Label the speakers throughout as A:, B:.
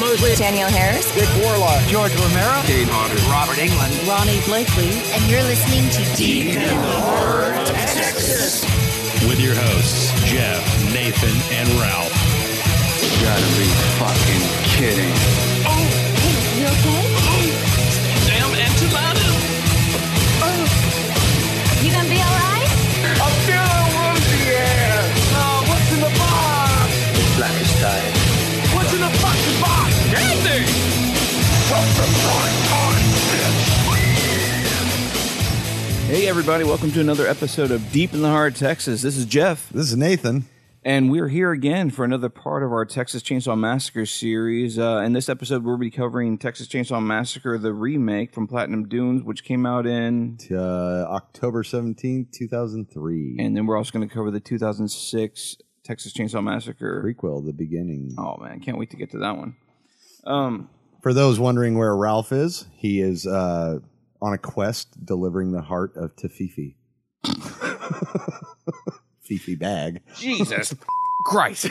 A: Mosley, Danielle Harris,
B: Dick Warlock, George Romero,
C: Kane Hodder, Robert England,
D: Ronnie Blakely,
E: and you're listening to Deep in the Horror
F: Texas with your hosts Jeff, Nathan, and Ralph.
G: You gotta be fucking kidding!
H: Oh, hey, you okay? Oh, damn enchilada!
E: Oh, you gonna be all right?
I: I'm feeling woozy, yeah. Oh, what's in the box?
J: It's blackest time.
I: What's in the fucking box?
H: Nothing.
K: Hey everybody, welcome to another episode of Deep in the Heart of Texas. This is Jeff.
L: This is Nathan.
K: And we're here again for another part of our Texas Chainsaw Massacre series. Uh, in this episode, we'll be covering Texas Chainsaw Massacre, the remake from Platinum Dunes, which came out in
L: uh, October 17, 2003.
K: And then we're also going to cover the 2006 Texas Chainsaw Massacre
L: prequel, The Beginning.
K: Oh man, can't wait to get to that one. Um,
L: for those wondering where Ralph is, he is uh, on a quest delivering the heart of Tafifi. Fifi bag.
K: Jesus Christ.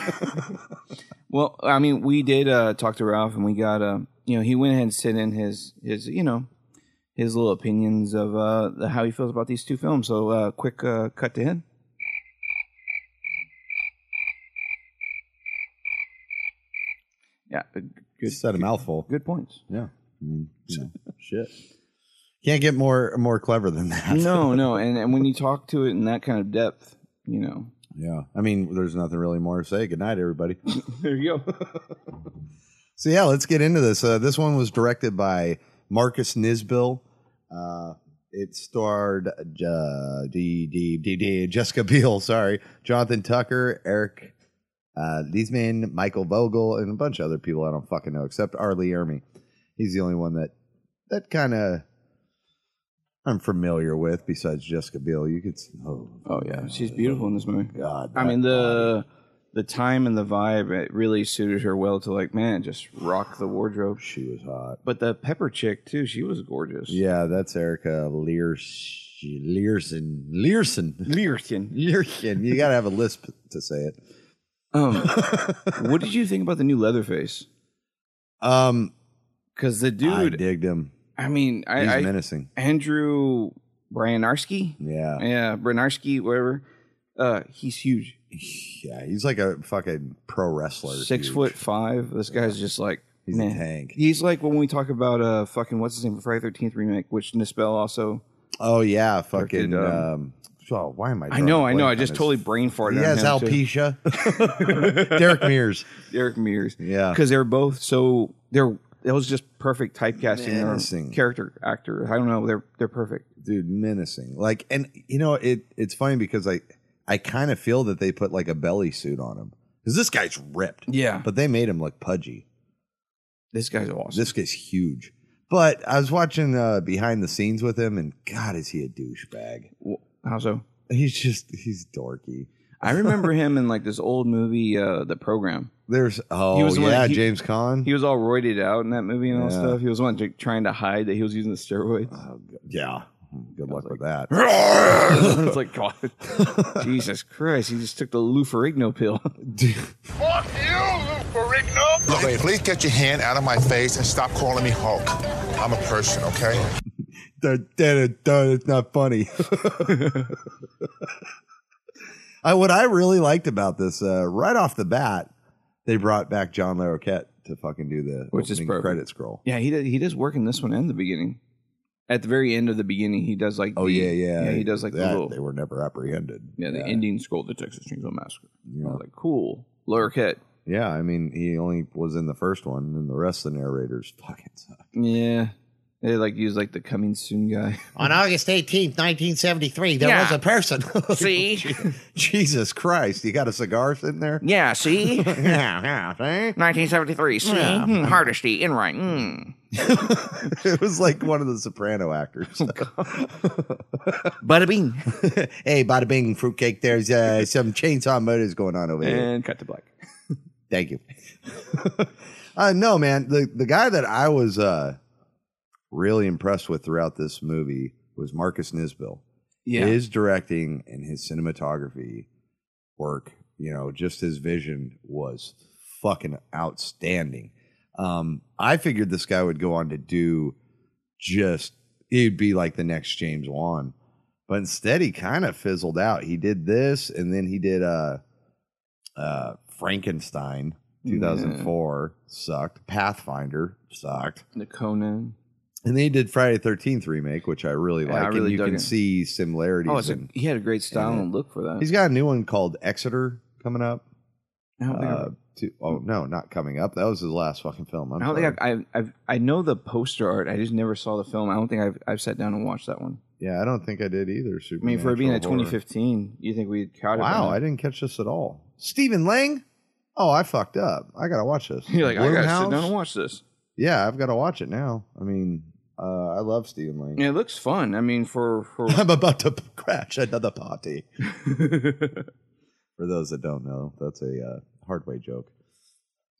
K: well, I mean, we did uh, talk to Ralph, and we got uh, you know he went ahead and sent in his his you know his little opinions of uh, the, how he feels about these two films. So, uh, quick uh, cut to him. Yeah, uh,
L: good set of mouthful.
K: Good points.
L: Yeah, I mean, you know, shit. Can't get more more clever than that.
K: no, no, and and when you talk to it in that kind of depth, you know.
L: Yeah. I mean, there's nothing really more to say. Good night, everybody.
K: there you go.
L: so, yeah, let's get into this. Uh, this one was directed by Marcus Nisbill. Uh, it starred uh, D, D, D, D, Jessica Biel, sorry, Jonathan Tucker, Eric uh, Liesman, Michael Vogel, and a bunch of other people I don't fucking know, except Arlie Ermy. He's the only one that that kind of I'm familiar with besides Jessica Biel. You could
K: oh, oh yeah, she's beautiful in this movie.
L: God,
K: I mean the the time and the vibe it really suited her well to like man just rock the wardrobe.
L: She was hot,
K: but the pepper chick too. She was gorgeous.
L: Yeah, that's Erica Learson. Learson, Learson,
K: Learson,
L: Learson. You gotta have a lisp to say it.
K: Um, what did you think about the new Leatherface?
L: Um,
K: because the dude, I
L: digged him.
K: I mean, I,
L: he's
K: I,
L: menacing.
K: Andrew Branarski.
L: Yeah,
K: yeah, Branarski, whatever. Uh, he's huge.
L: Yeah, he's like a fucking pro wrestler.
K: Six
L: huge.
K: foot five. This guy's just like
L: he's
K: man.
L: a tank.
K: He's like when we talk about uh fucking what's his name for Friday Thirteenth remake, which Nispel also.
L: Oh yeah, fucking. Did, um, um, oh, why am I?
K: I know, I know. I just totally brain farted.
L: He has alopecia. Derek Mears.
K: Derek Mears.
L: Yeah,
K: because they're both so they're it was just perfect typecasting character actor. I don't know, they're they're perfect.
L: Dude, menacing. Like and you know, it it's funny because I I kind of feel that they put like a belly suit on him. Because this guy's ripped.
K: Yeah.
L: But they made him look pudgy.
K: This guy's awesome.
L: This guy's huge. But I was watching uh, behind the scenes with him and God is he a douchebag.
K: How so?
L: He's just he's dorky.
K: I remember him in like this old movie, uh, The Program.
L: There's oh he was yeah, one, he, James Caan.
K: He was all roided out in that movie and all yeah. stuff. He was one trying to hide that he was using the steroids. Uh,
L: yeah, good luck like, with that.
K: it's like God, Jesus Christ! He just took the Lou Ferrigno pill.
M: Fuck you, Lou Ferrigno.
N: Look, wait, please get your hand out of my face and stop calling me Hulk. I'm a person, okay?
L: It's not funny. I, what I really liked about this, uh, right off the bat, they brought back John Larroquette to fucking do the
K: which is perfect.
L: credit scroll.
K: Yeah, he does, he does work in this one and the beginning. At the very end of the beginning, he does like
L: oh
K: the,
L: yeah, yeah
K: yeah he does like
L: that,
K: the little,
L: they were never apprehended
K: yeah the yeah. ending scroll the Texas Chainsaw Massacre yeah like cool Larroquette
L: yeah I mean he only was in the first one and the rest of the narrators fucking suck
K: yeah they like use like the coming soon guy.
O: On August 18th, 1973, there yeah. was a person.
K: see?
L: Jesus Christ. You got a cigar sitting there?
K: Yeah, see? yeah,
O: yeah, see?
K: 1973, see? Yeah. Mm, Hardesty, Enright. Mm.
L: it was like one of the soprano actors. Oh,
O: bada bing.
L: hey, bada bing, fruitcake. There's uh, some chainsaw murders going on over
K: and
L: here.
K: And cut to black.
L: Thank you. Uh, no, man. The, the guy that I was. Uh, really impressed with throughout this movie was Marcus Nisbill.
K: Yeah.
L: His directing and his cinematography work, you know, just his vision was fucking outstanding. Um, I figured this guy would go on to do just he'd be like the next James Wan, but instead he kind of fizzled out. He did this, and then he did uh, uh, Frankenstein,
K: Mm-hmm.
L: two thousand four sucked. Pathfinder sucked.
K: The Conan.
L: And then he did Friday Thirteenth remake, which I really
K: Yeah,
L: like.
K: I really
L: and you
K: dug
L: can
K: it.
L: see similarities.
K: Oh, it's a,
L: in-
K: he had a great style
L: in it.
K: and look for that.
L: He's got a new one called Exeter coming up.
K: I don't think I-
L: Uh, to, oh no, not coming up. That was his last fucking film. I'm
K: I don't
L: sorry.
K: think I've, I've, I've I know the poster art. I just never saw the film. I don't think I've I've sat down and watched that one.
L: yeah, I don't think I did either.
K: I mean, for it being at
L: Supernatural horror.
K: 2015, you think we'd count it? by now?
L: Wow, I didn't catch this at all. Stephen Lang. Oh, I fucked up. I gotta watch this.
K: You're like, I gotta
L: Blumhouse?
K: sit down and watch this.
L: Yeah, I've got to watch it now. I mean, uh, I love Stephen Lang.
K: Yeah, it looks fun. I mean, for for
L: I'm about to p- crash another party. For those that don't know, that's a uh, hard way joke.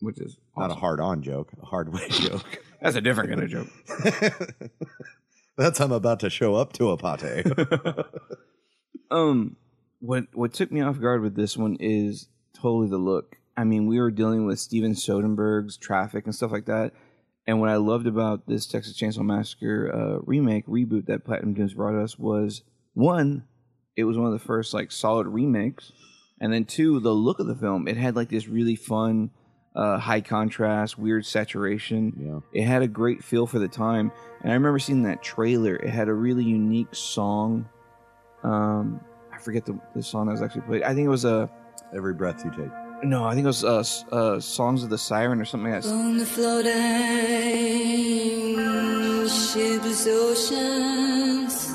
K: Which is
L: not a hard on joke, a hard way joke.
K: that's a different kind of joke.
L: That's I'm about to show up to a party.
K: Um, what what took me off guard with this one is totally the look. I mean, we were dealing with Steven Soderbergh's traffic and stuff like that. And what I loved about this Texas Chainsaw Massacre uh, remake reboot that Platinum Games brought us was one, it was one of the first like solid remakes, and then two, the look of the film. It had like this really fun, uh, high contrast, weird saturation. Yeah. It had a great feel for the time, and I remember seeing that trailer. It had a really unique song. Um, I forget the, the song that was actually played. I think it was a
L: Every breath you take.
K: no, I think it was uh, s- uh, songs of the siren or something like that.
A: On the floating shipless oceans,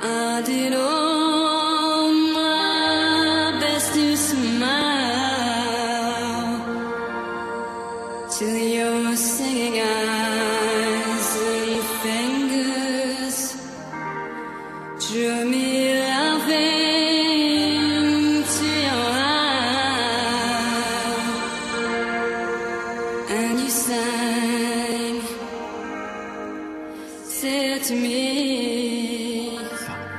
A: I did all my best to smile till your singing eyes and fingers drew me laughing to your eyes. And you sang, say it to me.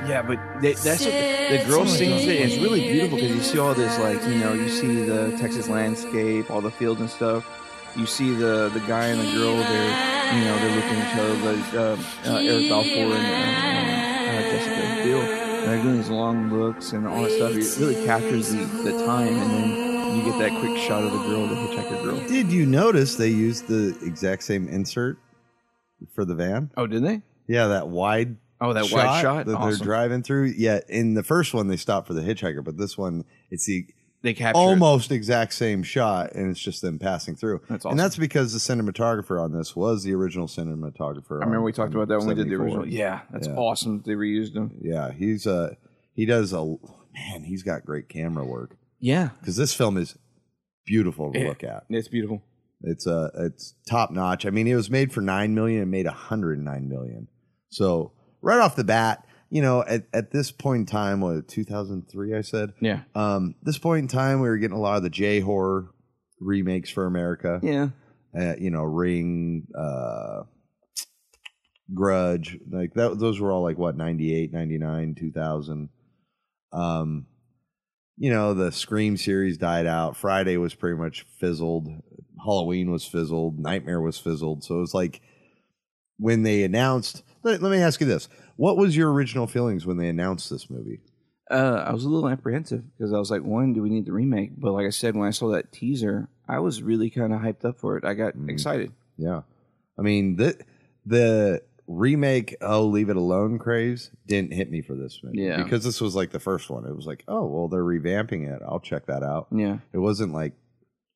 K: Yeah, but they, that's what the, the girl sings it. And it's really beautiful because you see all this, like you know, you see the Texas landscape, all the fields and stuff. You see the the guy and the girl. They're you know they're looking at each other. Like, uh, uh, Eric Balfour and uh, uh, Jessica Biel. And they're doing these long looks and all that stuff. It really captures the, the time, and then you get that quick shot of the girl, the hitchhiker girl.
L: Did you notice they used the exact same insert for the van?
K: Oh, did they?
L: Yeah, that wide.
K: Oh, that wide shot?
L: that
K: Awesome.
L: they're driving through. Yeah, in the first one they stopped for the hitchhiker, but this one it's the
K: They capture it.
L: almost exact same shot, and it's just them passing through.
K: That's awesome.
L: And that's because the cinematographer on this was the original cinematographer.
K: I remember
L: on-
K: we talked
L: on
K: about that when we did the
L: 74.
K: original. Yeah, that's awesome. that They reused them.
L: Yeah, he's uh he does a man. He's got great camera work.
K: Yeah,
L: because this film is beautiful to
K: Yeah.
L: look at.
K: It's beautiful.
L: It's uh it's top notch. I mean, it was made for nine million and made a hundred nine million. So right off the bat, you know, at, at this point in time, what two thousand three? I said,
K: Yeah.
L: Um, this point in time, we were getting a lot of the J horror remakes for America.
K: Yeah.
L: Uh, you know, Ring, uh, Grudge, like that. Those were all like what 98, 99, 2000. Um, you know, the Scream series died out. Friday was pretty much fizzled. Halloween was fizzled. Nightmare was fizzled. So it was like when they announced. Let, let me ask you this: What was your original feelings when they announced this movie?
K: Uh, I was a little apprehensive because I was like, one, do we need the remake? But like I said, when I saw that teaser, I was really kind of hyped up for it. I got
L: Mm.
K: excited.
L: Yeah, I mean the the remake "Oh Leave It Alone" craze didn't hit me for this movie.
K: Yeah.
L: because this was like the first one. It was like, oh well, they're revamping it. I'll check that out.
K: Yeah.
L: it wasn't like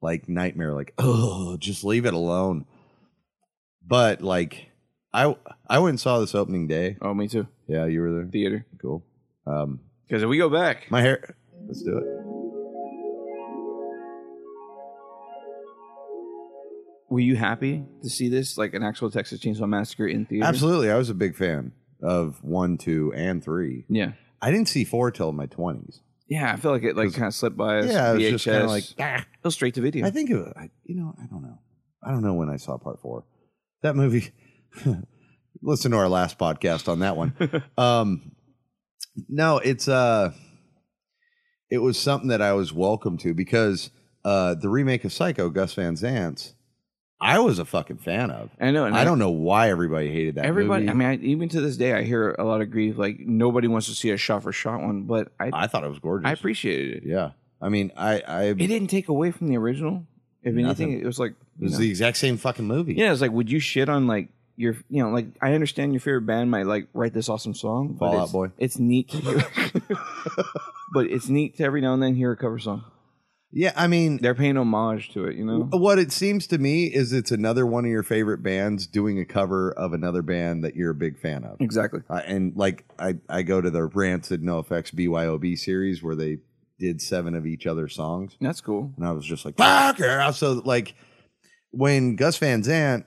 L: like nightmare. Like oh, just leave it alone. But like, I I went and saw this opening day.
K: Oh, me too.
L: Yeah, you were there.
K: Theater.
L: Cool. Um,
K: Because if we go back,
L: my hair. Let's do it.
K: Were you happy to see this, like an actual Texas Chainsaw Massacre in theater?
L: Absolutely, I was a big fan of one, two, and three.
K: Yeah.
L: I didn't see four till my twenties.
K: Yeah, I feel like it like kind of slipped by us.
L: Yeah, it was just kinda
K: VHS.
L: like, "Ah."
K: it was straight to video.
L: I think it was, I, you know, I don't know. I don't know when I saw part four. That movie. listen to our last podcast on that one. um, no, it's uh, it was something that I was welcome to because uh, the remake of Psycho, Gus Van Zant's. I was a fucking fan of.
K: I know. and
L: I don't know why everybody hated that.
K: Everybody,
L: movie.
K: I mean, I, even to this day, I hear a lot of grief. Like nobody wants to see a shot for shot one, but I,
L: I thought it was gorgeous.
K: I appreciated it.
L: yeah. I mean, I, I
K: It didn't take away from the original. If
L: Nothing.
K: anything, it was like
L: It was
K: you know.
L: the exact same fucking movie.
K: yeah, it's like would you shit on like your you know like I understand your favorite band might like write this awesome song, but
L: Fall Out
K: it's-
L: Boy.
K: It's neat, to hear- but it's neat to every now and then hear a cover song.
L: Yeah, I mean,
K: they're paying homage to it, you know.
L: What it seems to me is it's another one of your favorite bands doing a cover of another band that you're a big fan of.
K: Exactly.
L: Uh, and like I, I go to the Rancid No Effects BYOB series where they did seven of each other's songs.
K: That's cool.
L: And I was just like, fuck her. So like when Gus Van Zant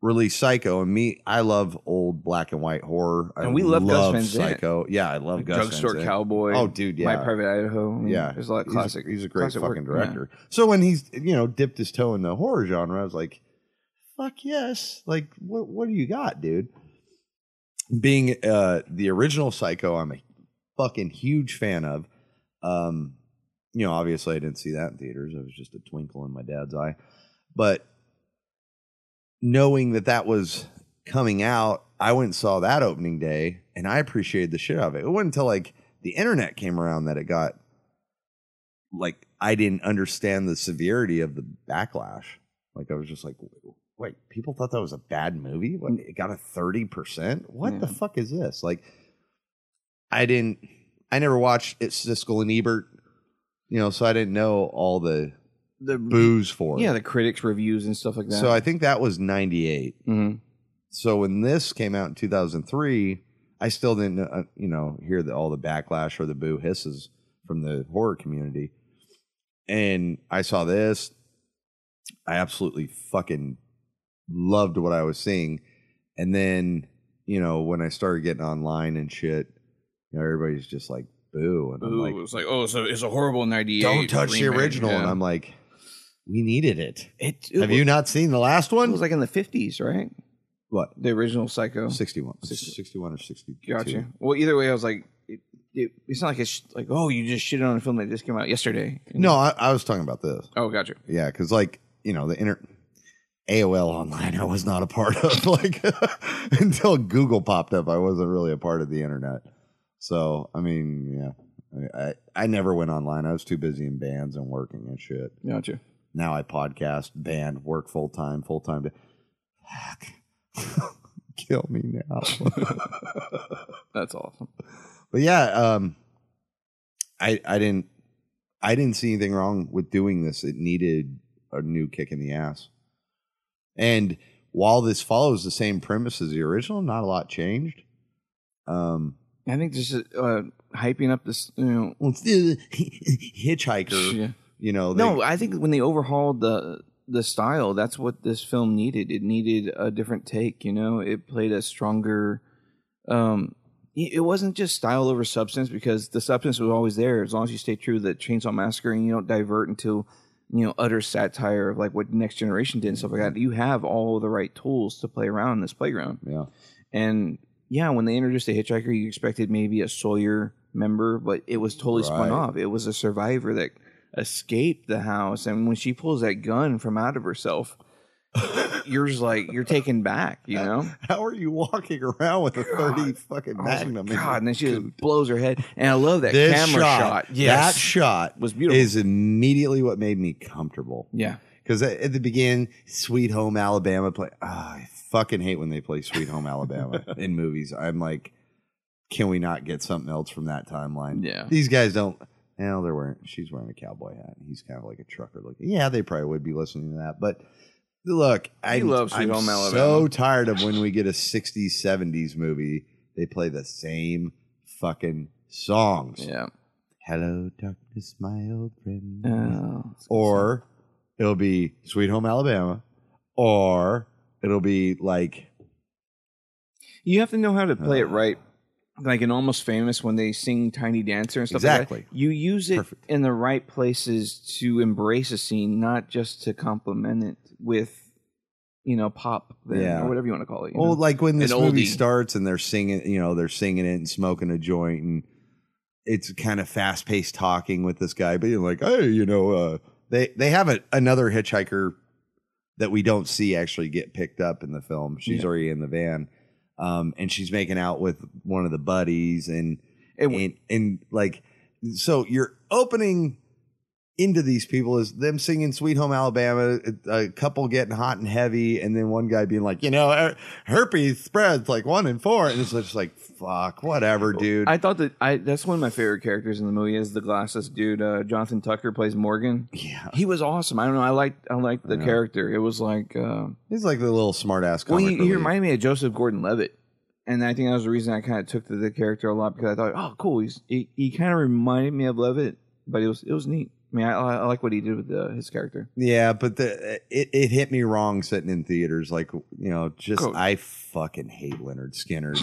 L: released Psycho and me, I love old black and white horror. I
K: And we love Gus Van Zant.
L: Psycho. Yeah, I love
K: Like
L: Gus
K: Drugstore
L: Van Zant.
K: Cowboy.
L: Oh, dude, yeah.
K: My Private Idaho. I mean,
L: Yeah,
K: there's a lot of
L: He's a-
K: classic.
L: He's a, great
K: classic work.
L: fucking
K: Yeah.
L: director. So when he's you know dipped his toe in the horror genre, I was like, "Fuck yes!" Like, what what do you got, dude? Being uh the original Psycho, I'm a fucking huge fan of. Um, you know, obviously I didn't see that in theaters. It was just a twinkle in my dad's eye. But knowing that that was coming out, I went and saw that opening day, and I appreciated the shit out of it. It wasn't until like the internet came around that it got like I didn't understand the severity of the backlash. Like I was just like, wait, people thought that was a bad movie. What, it got a thirty percent. What the fuck is this? Like, I didn't. I never watched it's Siskel and Ebert, you know, so I didn't know all the
K: The
L: booze for it.
K: Mm. Yeah, the critics' reviews and stuff like that.
L: So I think that was 98.
K: Mhm.
L: So when this came out in 2003, I still didn't, uh, you know, hear the, all the backlash or the boo hisses from the horror community. And I saw this. I absolutely fucking loved what I was seeing. And then, you know, when I started getting online and shit, you know, everybody's just like, boo. And I'm
K: Ooh,
L: like,
K: it's like oh, so it's a horrible '98.
L: don't touch the
K: remake.
L: original.
K: Yeah.
L: And I'm like, we needed it.
K: It,
L: Have you not seen the last one?
K: It was like in the fifties, right?
L: What?
K: The original Psycho.
L: 61. 61 or 62.
K: Gotcha. Well, either way, I was like, it, it, it's not like it's like oh, you just shitted on a film that just came out yesterday.
L: No, I, I was talking about this.
K: Oh, gotcha.
L: Yeah, because like you know the inter AOL online I was not a part of like until Google popped up. I wasn't really a part of the internet. So I mean, yeah, I I, I never went online. I was too busy in bands and working and shit.
K: Gotcha.
L: Now I podcast, band, work full time, full time. To kill me now.
K: That's awesome.
L: But yeah, um, I I didn't I didn't see anything wrong with doing this. It needed a new kick in the ass. And while this follows the same premise as the original, not a lot changed. Um,
K: I think just uh, hyping up this, you know.
L: hitchhiker.
K: Yeah.
L: You know, they-
K: No, I think when they overhauled the the style, that's what this film needed. It needed a different take. You know, it played a stronger. Um, it it wasn't just style over substance because the substance was always there as long as you stay true to the Chainsaw Massacre and you don't divert into you know utter satire of like what Next Generation did and stuff like that. You have all the right tools to play around in this playground.
L: yeah.
K: And yeah, when they introduced the hitchhiker, you expected maybe a Sawyer member, but it was totally spun
L: Right.
K: off. It was a survivor that escaped the house, and when she pulls that gun from out of herself, you're just like you're taken back, you know.
L: How are you walking around with a thirty fucking
K: I was like,
L: magnum? in your-
K: Oh God, and then she just blows her head, and I love that
L: This
K: camera shot. Yes,
L: that shot
K: was beautiful.
L: Is immediately what made me comfortable.
K: yeah,
L: Because at at the beginning, Sweet Home Alabama play. ah, I fucking hate when they play Sweet Home Alabama in movies. I'm like, can we not get something else from that timeline?
K: Yeah.
L: these guys don't. No, they're wearing. She's wearing a cowboy hat, and he's kind of like a trucker looking. Yeah, they probably would be listening to that. But look, I
K: love Sweet
L: I'm
K: Home
L: So
K: Alabama.
L: tired of when we get a '60s '70s movie, they play the same fucking songs.
K: yeah.
L: Hello, darkness, my old friend
K: Oh,
L: or it'll be Sweet Home Alabama, or it'll be like
K: you have to know how to play it
L: Uh.
K: right. Like in Almost Famous, when they sing Tiny Dancer and stuff
L: Exactly.
K: like that, you use it
L: Perfect.
K: in the right places to embrace a scene, not just to complement it with, you know, pop then,
L: Yeah.
K: or whatever you want to call it. you
L: well,
K: know?
L: like when this
K: An
L: movie
K: oldie.
L: starts and they're singing, you know, they're singing it and smoking a joint, and it's kind of fast paced talking with this guy, being like, "Hey, you know, uh, they they have a, another hitchhiker that we don't see actually get picked up in the film. She's already in the van, um, and she's making out with one of the buddies, and and, and like so you're opening into these people is them singing Sweet Home Alabama, a a couple getting hot and heavy, and then one guy being like, you know, her- herpes spreads like one in four, and it's just like, fuck, whatever, dude.
K: I thought that I that's one of my favorite characters in the movie is the glasses dude. Uh, Jonathan Tucker plays Morgan. Yeah, he was awesome. I don't know. I liked I liked the
L: know.
K: character. It was like uh,
L: He's like the little smart ass.
K: well, he, he reminded me of Joseph Gordon-Levitt, and I think that was the reason I kind of took to the character a lot because I thought, oh, cool. He's he, he kind of reminded me of Levitt, but it was it was neat. I mean, I, I I like what he did with uh, his character.
L: Yeah, but the it, it hit me wrong sitting in theaters. Like you know, just
K: Cool.
L: I fucking hate Leonard Skinner.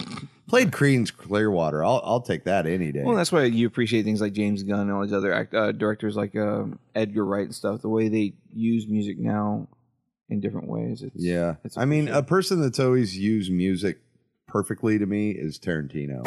L: Played Creedence Clearwater. I'll I'll take that any day.
K: Well, that's why you appreciate things like James Gunn and all these other act, uh, directors like um, Edgar Wright and stuff. The way they use music now in different ways. It's,
L: yeah, I mean, a person that's always used music perfectly to me is Tarantino.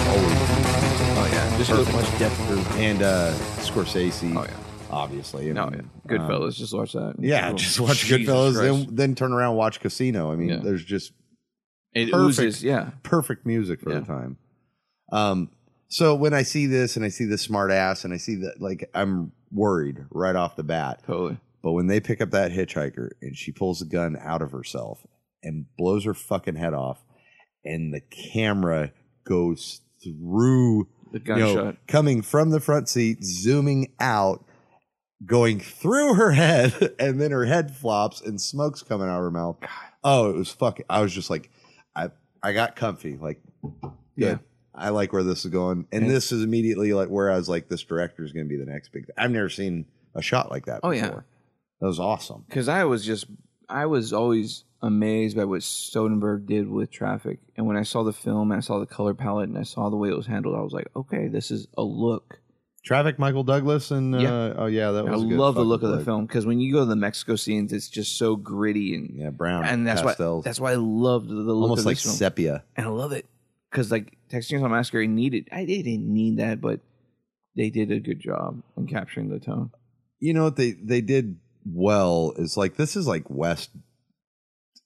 L: Oh yeah,
K: Just
L: Perfect.
K: so much
L: depth and uh, Scorsese. Oh yeah, obviously.
K: No,
L: I mean,
K: oh, yeah. Goodfellas. just watch that.
L: Um, Yeah, just watch
K: Jesus
L: Goodfellas,
K: Christ.
L: then then turn around and watch Casino. I mean, there's just
K: It oozes, yeah.
L: perfect music for the time. Um, so when I see this and I see this smart ass and I see that, like, I'm worried right off the bat.
K: Totally.
L: But when they pick up that hitchhiker and she pulls the gun out of herself and blows her fucking head off, and the camera goes through
K: The
L: you know,
K: gunshot.
L: coming from the front seat, zooming out, going through her head, and then her head flops and smoke's coming out of her mouth. Oh, it was fucking. I was just like, I I got comfy. Like, yeah, I like where this is going, and
K: And-
L: this is immediately like where I was like, this director is going to be the next big. Thing. I've never seen a shot like that.
K: Oh,
L: before.
K: yeah.
L: that was awesome.
K: because I was just I was always amazed by what Soderbergh did with Traffic, and when I saw the film and I saw the color palette and I saw the way it was handled, I was like, okay, this is a look.
L: Traffic, Michael Douglas, and uh,
K: Yeah.
L: oh yeah, that
K: I
L: was. a good
K: love the
L: fucking
K: look of the
L: look.
K: film because when you go to the Mexico scenes, it's just so gritty and
L: Yeah, brown
K: and that's
L: pastels.
K: why that's why I loved the look
L: almost
K: of
L: like
K: this film.
L: sepia.
K: and I love it because like Texas Chainsaw Massacre needed I they didn't need that, but they did a good job in capturing the tone.
L: you know what they they did well is like this is like west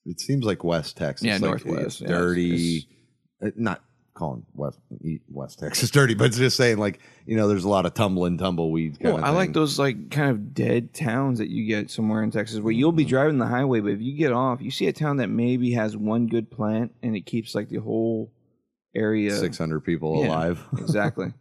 L: it seems like west texas
K: Yeah,
L: like
K: Northwest,
L: it's
K: yeah,
L: dirty uh, not calling west west texas dirty but it's just saying like you know there's a lot of tumbling tumbleweeds kind
K: Well,
L: of
K: I like those like kind of dead towns that you get somewhere in Texas where you'll
L: Mm-hmm.
K: be driving the highway, but if you get off, you see a town that maybe has one good plant and it keeps like the whole area
L: 600 people
K: Yeah,
L: alive
K: exactly.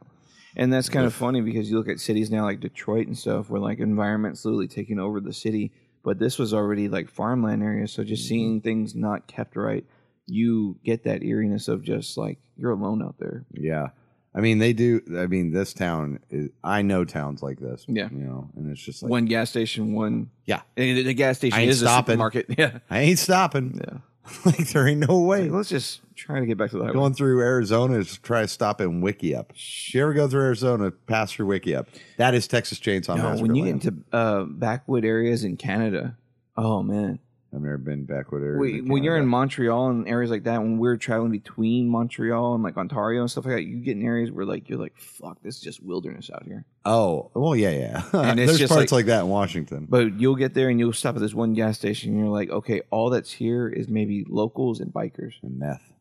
K: And that's kind of funny because you look at cities now like Detroit and stuff where like environment's literally taking over the city, but this was already like farmland area, so
L: Mm-hmm.
K: just seeing things not kept right, you get that eeriness of just like you're alone out there.
L: yeah i mean they do i mean this town is, i know towns like this
K: Yeah.
L: you know and it's just like
K: one gas station, one
L: yeah
K: and the the gas station
L: I ain't
K: is a
L: stopping.
K: supermarket. Yeah.
L: i ain't stopping
K: Yeah.
L: like there ain't no way
K: Let's just try to get back to the highway.
L: going through Arizona is try to stop in Wiki Up. If you ever go through Arizona, pass through Wiki Up. That is Texas Chainsaw
K: No,
L: Massacre.
K: when you get
L: land.
K: into uh, backwood areas in Canada, oh man.
L: I've never been backward area.
K: Wait, when you're in Montreal and areas like that, when we're traveling between Montreal and like Ontario and stuff like that, you get in areas where like you're like, fuck, this is just wilderness out here.
L: oh, well, yeah, yeah.
K: And it's
L: There's
K: just
L: parts like,
K: like-
L: that in Washington.
K: But you'll get there and you'll stop at this one gas station and you're like, okay, all that's here is maybe locals and bikers.
L: And meth,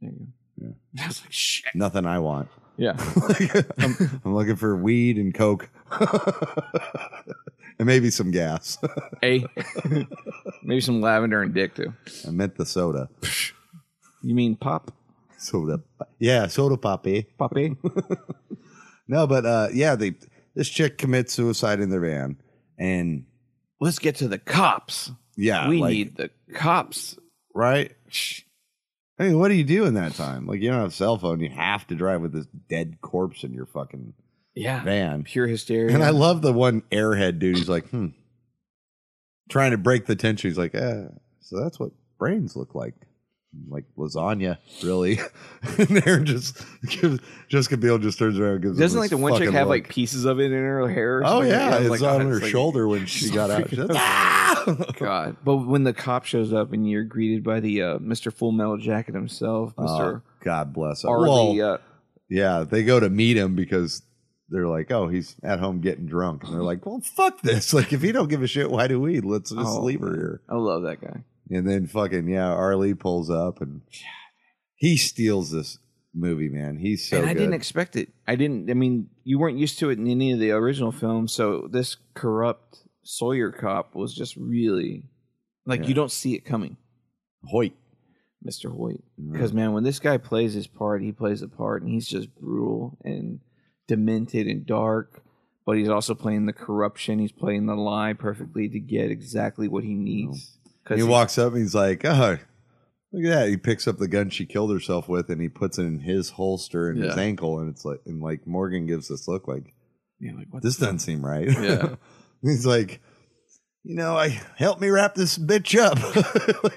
K: There you
L: that's like shit. Nothing I want.
K: Yeah.
L: I'm, I'm looking for weed and coke, and maybe some gas.
K: go. Hey, maybe some lavender and dick too.
L: I meant the soda,
K: You mean pop?
L: soda. pop. Yeah, soda pop, eh?
K: Poppy?
L: No, but uh, yeah, they this chick commits suicide in their van, and
K: Let's get to the cops.
L: yeah,
K: we
L: like-
K: need the cops.
L: right? I mean, what do you do in that time? Like, you don't have a cell phone. You have to drive with this dead corpse in your fucking
K: Yeah.
L: van.
K: Pure hysteria.
L: And I love the one airhead dude. He's like, hmm, trying to break the tension. He's like, eh, so that's what brains look like. Like lasagna, really. and Aaron just gives, Jessica Biel just turns around and gives him
K: Doesn't
L: this
K: like the one chick
L: fucking
K: have
L: look.
K: like pieces of it in her hair? Or
L: Oh
K: something?
L: yeah,
K: I was
L: it's
K: like,
L: on
K: oh,
L: her
K: like- ah.
L: shoulder when she got out. She-
K: God. But when the cop shows up and you're greeted by the uh, Mr. Full Metal Jacket himself, Mr.
L: Oh, God bless him.
K: Or
L: Well,
K: the, uh,
L: yeah, they go to meet him because they're like, oh, he's at home getting drunk. And they're like, well, fuck this. Like, if he don't give a shit, why do we? Let's just
K: Oh,
L: leave her here.
K: I love that guy.
L: And then fucking, yeah, Arlie pulls up and he steals this movie, man. He's so
K: and I
L: good.
K: didn't expect it. I didn't. I mean, you weren't used to it in any of the original films, so this corrupt Sawyer cop was just really like
L: Yeah.
K: you don't see it coming.
L: Hoyt,
K: Mister Hoyt, because man, when this guy plays his part, he plays the part, and he's just brutal and demented and dark. But he's also playing the corruption. He's playing the lie perfectly to get exactly what he needs.
L: he walks up and he's like, oh, look at that. He picks up the gun she killed herself with and he puts it in his holster and his
K: Yeah.
L: ankle. And it's like, and like Morgan gives this look like,
K: Yeah, like, what
L: this
K: the-
L: doesn't seem right.
K: Yeah.
L: he's like, you know, I help me wrap this bitch up.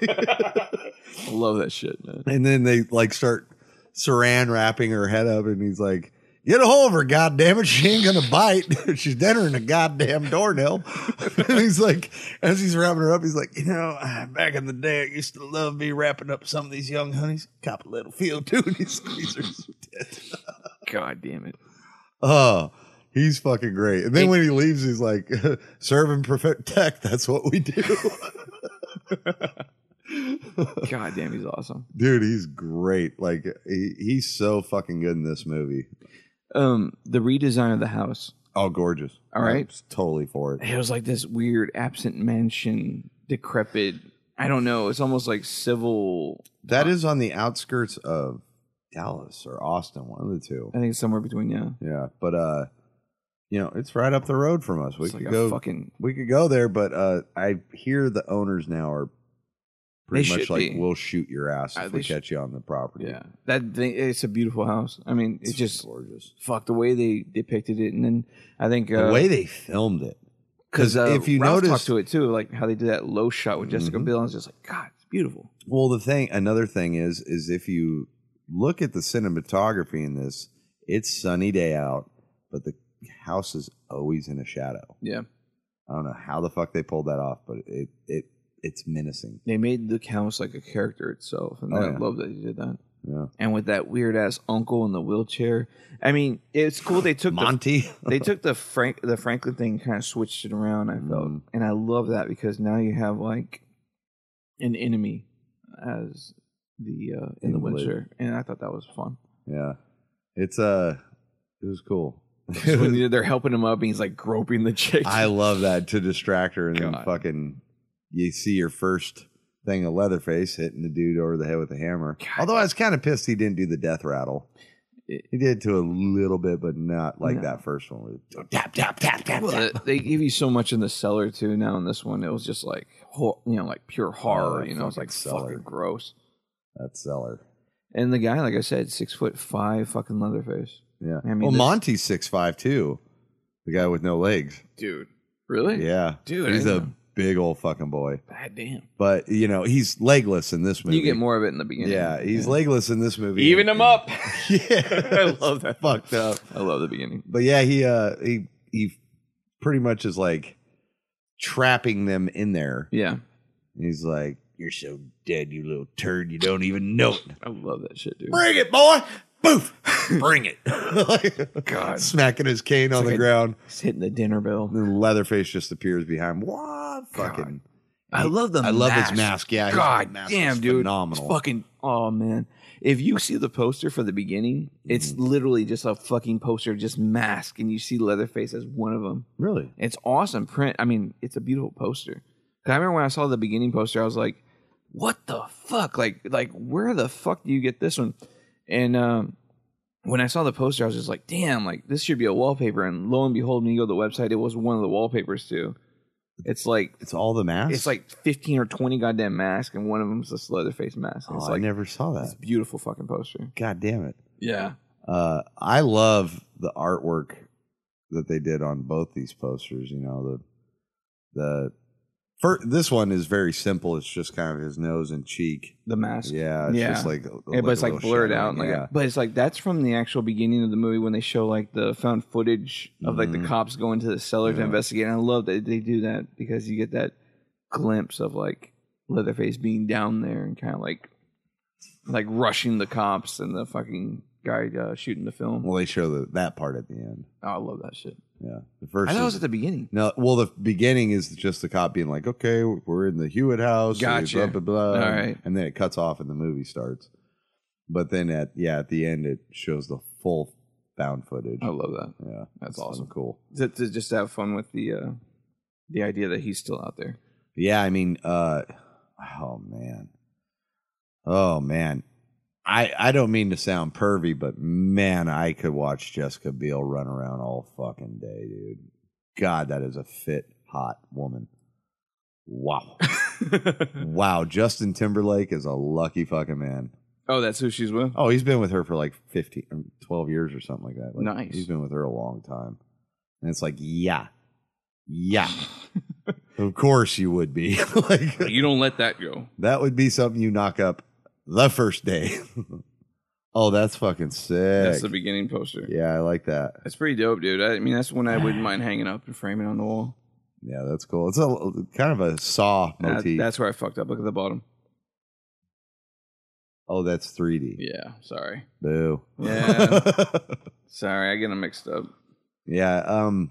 K: I love that shit, man.
L: and then they like start saran wrapping her head up, and he's like, "Get a hold of her, goddammit! She ain't gonna bite. she's deader than a goddamn doornail." and he's like, as he's wrapping her up, he's like, "You know, I- back in the day, I used to love me wrapping up some of these young honeys. Cop a little feel too." And he's, these are so dead.
K: God damn it.
L: Oh, he's fucking great. And then
K: It-
L: when he leaves, he's like, "Serve and protect. That's what we do."
K: God damn, he's awesome.
L: Dude, he's great. Like he, he's so fucking good in this movie.
K: Um, the redesign of the house.
L: Oh, gorgeous.
K: All right.
L: I'm totally for it.
K: it was like this weird absent mansion, decrepit. I don't know. It's almost like civil.
L: That is on the outskirts of Dallas or Austin, one of the two.
K: I think it's somewhere between yeah.
L: Yeah, but uh, you know, it's right up the road from us. We
K: It's
L: could
K: like a
L: go
K: fucking-
L: We could go there, but uh, I hear the owners now are pretty
K: They
L: much
K: should
L: like,
K: be.
L: "We'll shoot your ass
K: Uh,
L: if
K: they
L: we
K: should-
L: catch you on the property."
K: Yeah, that thing, it's a beautiful house. I mean, it's,
L: It's
K: just
L: gorgeous.
K: fuck the way they depicted it, and then I think uh,
L: the way they filmed it.
K: because uh,
L: if you
K: Ralph
L: notice, Mm-hmm.
K: talked to it too, like how they did that low shot with Jessica Biel, and it's just like God, it's beautiful.
L: Well, the thing, another thing is, is if you look at the cinematography in this, it's sunny day out, but the house is always in a shadow.
K: Yeah,
L: I don't know how the fuck they pulled that off, but it it it's menacing.
K: they made the house like a character itself, and
L: Oh,
K: I
L: yeah.
K: love that they did that.
L: Yeah.
K: and with that weird ass uncle in the wheelchair. I mean, it's cool they took
L: Monty.
K: The, they took the Frank the Franklin thing, and kind of switched it around. I felt,
L: Mm.
K: and I love that because now you have like an enemy as the uh, in the
L: Invalid.
K: wheelchair, and I thought that was fun.
L: Yeah, it's uh, it was cool.
K: when they- they're helping him up, and he's like groping the chick.
L: I love that to distract her, and then
K: God.
L: fucking you see your first thing of Leatherface hitting the dude over the head with a hammer. Although I was kind of pissed he didn't do the death rattle. He did to a little bit, but not like
K: No.
L: that first one. where it- Tap tap tap tap.
K: Well,
L: tap.
K: uh, they give you so much in the cellar too. Now in this one, it was just like hor- you know, like pure horror.
L: Oh, that
K: you know, it's
L: fucking
K: like
L: cellar.
K: fucking gross.
L: That cellar.
K: And the guy, like I said, six foot five, fucking Leatherface.
L: Yeah.
K: I mean,
L: well,
K: this-
L: Monty's six five too. The guy with no legs.
K: dude. Really?
L: Yeah,
K: Dude, I
L: He's
K: didn't
L: a
K: know.
L: big old fucking boy.
K: God damn.
L: But you know, he's legless in this movie.
K: You get more of it in the beginning.
L: Yeah, he's legless in this movie.
K: even him up.
L: Yeah,
K: I love that.
L: Fucked up.
K: I love the beginning.
L: But yeah, he uh he he pretty much is like trapping them in there.
K: Yeah,
L: And he's like, You're so dead, you little turd, you don't even know it.
K: I love that shit, dude.
L: Bring it, boy. Boof. Bring it.
K: God.
L: Smacking his cane on
K: like
L: the
K: a-
L: ground.
K: He's hitting the dinner bell.
L: And then Leatherface just appears behind. What fucking
K: I love the.
L: I love his mask. Yeah, his
K: God
L: mask is
K: damn, dude.
L: phenomenal.
K: It's fucking. Oh man, if you see the poster for the beginning, it's
L: Mm.
K: literally just a fucking poster, of just mask, and you see Leatherface as one of them.
L: Really?
K: It's awesome print. I mean, it's a beautiful poster. 'Cause I remember when I saw the beginning poster, I was like, "What the fuck? Like, like where the fuck do you get this one?" And um, when I saw the poster, I was just like, "Damn! Like this should be a wallpaper." And lo and behold, when you go to the website, it was one of the wallpapers too. It's like
L: It's all the mask.
K: it's like fifteen or twenty goddamn masks, and one of them's this Leatherface mask.
L: oh,
K: It's
L: I
K: like
L: never saw
K: this
L: that.
K: beautiful fucking poster.
L: God damn it.
K: Yeah,
L: Uh, I love the artwork that they did on both these posters. You know, the the fir- this one is very simple. It's just kind of his nose and cheek.
K: the mask.
L: Yeah, it's just like, a-
K: Yeah, but it's
L: a
K: like
L: little
K: blurred
L: shadow,
K: out. and Like,
L: yeah.
K: But it's like that's from the actual beginning of the movie when they show like the found footage of like the
L: Mhm.
K: cops going to the cellar to
L: Yeah.
K: investigate. And I love that they do that because you get that glimpse of like Leatherface being down there and kind of like like rushing the cops and the fucking guy uh, shooting the film.
L: Well, they show the, that part at the end.
K: Oh, I love that shit.
L: Yeah, the first.
K: I thought it was
L: is-
K: at the beginning.
L: No, well, the beginning is just the cop being like, "Okay, we're in the Hewitt house."
K: Gotcha.
L: Blah blah blah.
K: All right.
L: and then it cuts off and the movie starts. But then at yeah, at the end it shows the full found footage.
K: I love that.
L: Yeah,
K: Oh, That's
L: it's
K: awesome.
L: Cool.
K: To, to just have fun with the uh, the idea that he's still out there.
L: Yeah, I mean, uh, oh man, oh man. I, I don't mean to sound pervy, but man, I could watch Jessica Biel run around all fucking day, dude. God, that is a fit, hot woman. Wow. wow. Justin Timberlake is a lucky fucking man.
K: Oh, that's who she's with.
L: Oh, he's been with her for like 15, or 12 years or something like that. Like,
K: Nice.
L: He's been with her a long time. And it's like, yeah. Yeah. of course you would be. like,
K: you don't let that go.
L: that would be something you knock up the first day. oh, that's fucking sick.
K: That's the beginning poster.
L: yeah, I like that.
K: That's pretty dope, dude. I mean, that's one I wouldn't mind hanging up and framing on the wall.
L: Yeah, that's cool. It's a kind of a saw
K: That-
L: motif.
K: that's where I fucked up. Look at the bottom.
L: oh, that's 3D.
K: Yeah, sorry.
L: Boo.
K: Yeah. sorry, I get them mixed up.
L: Yeah. Um.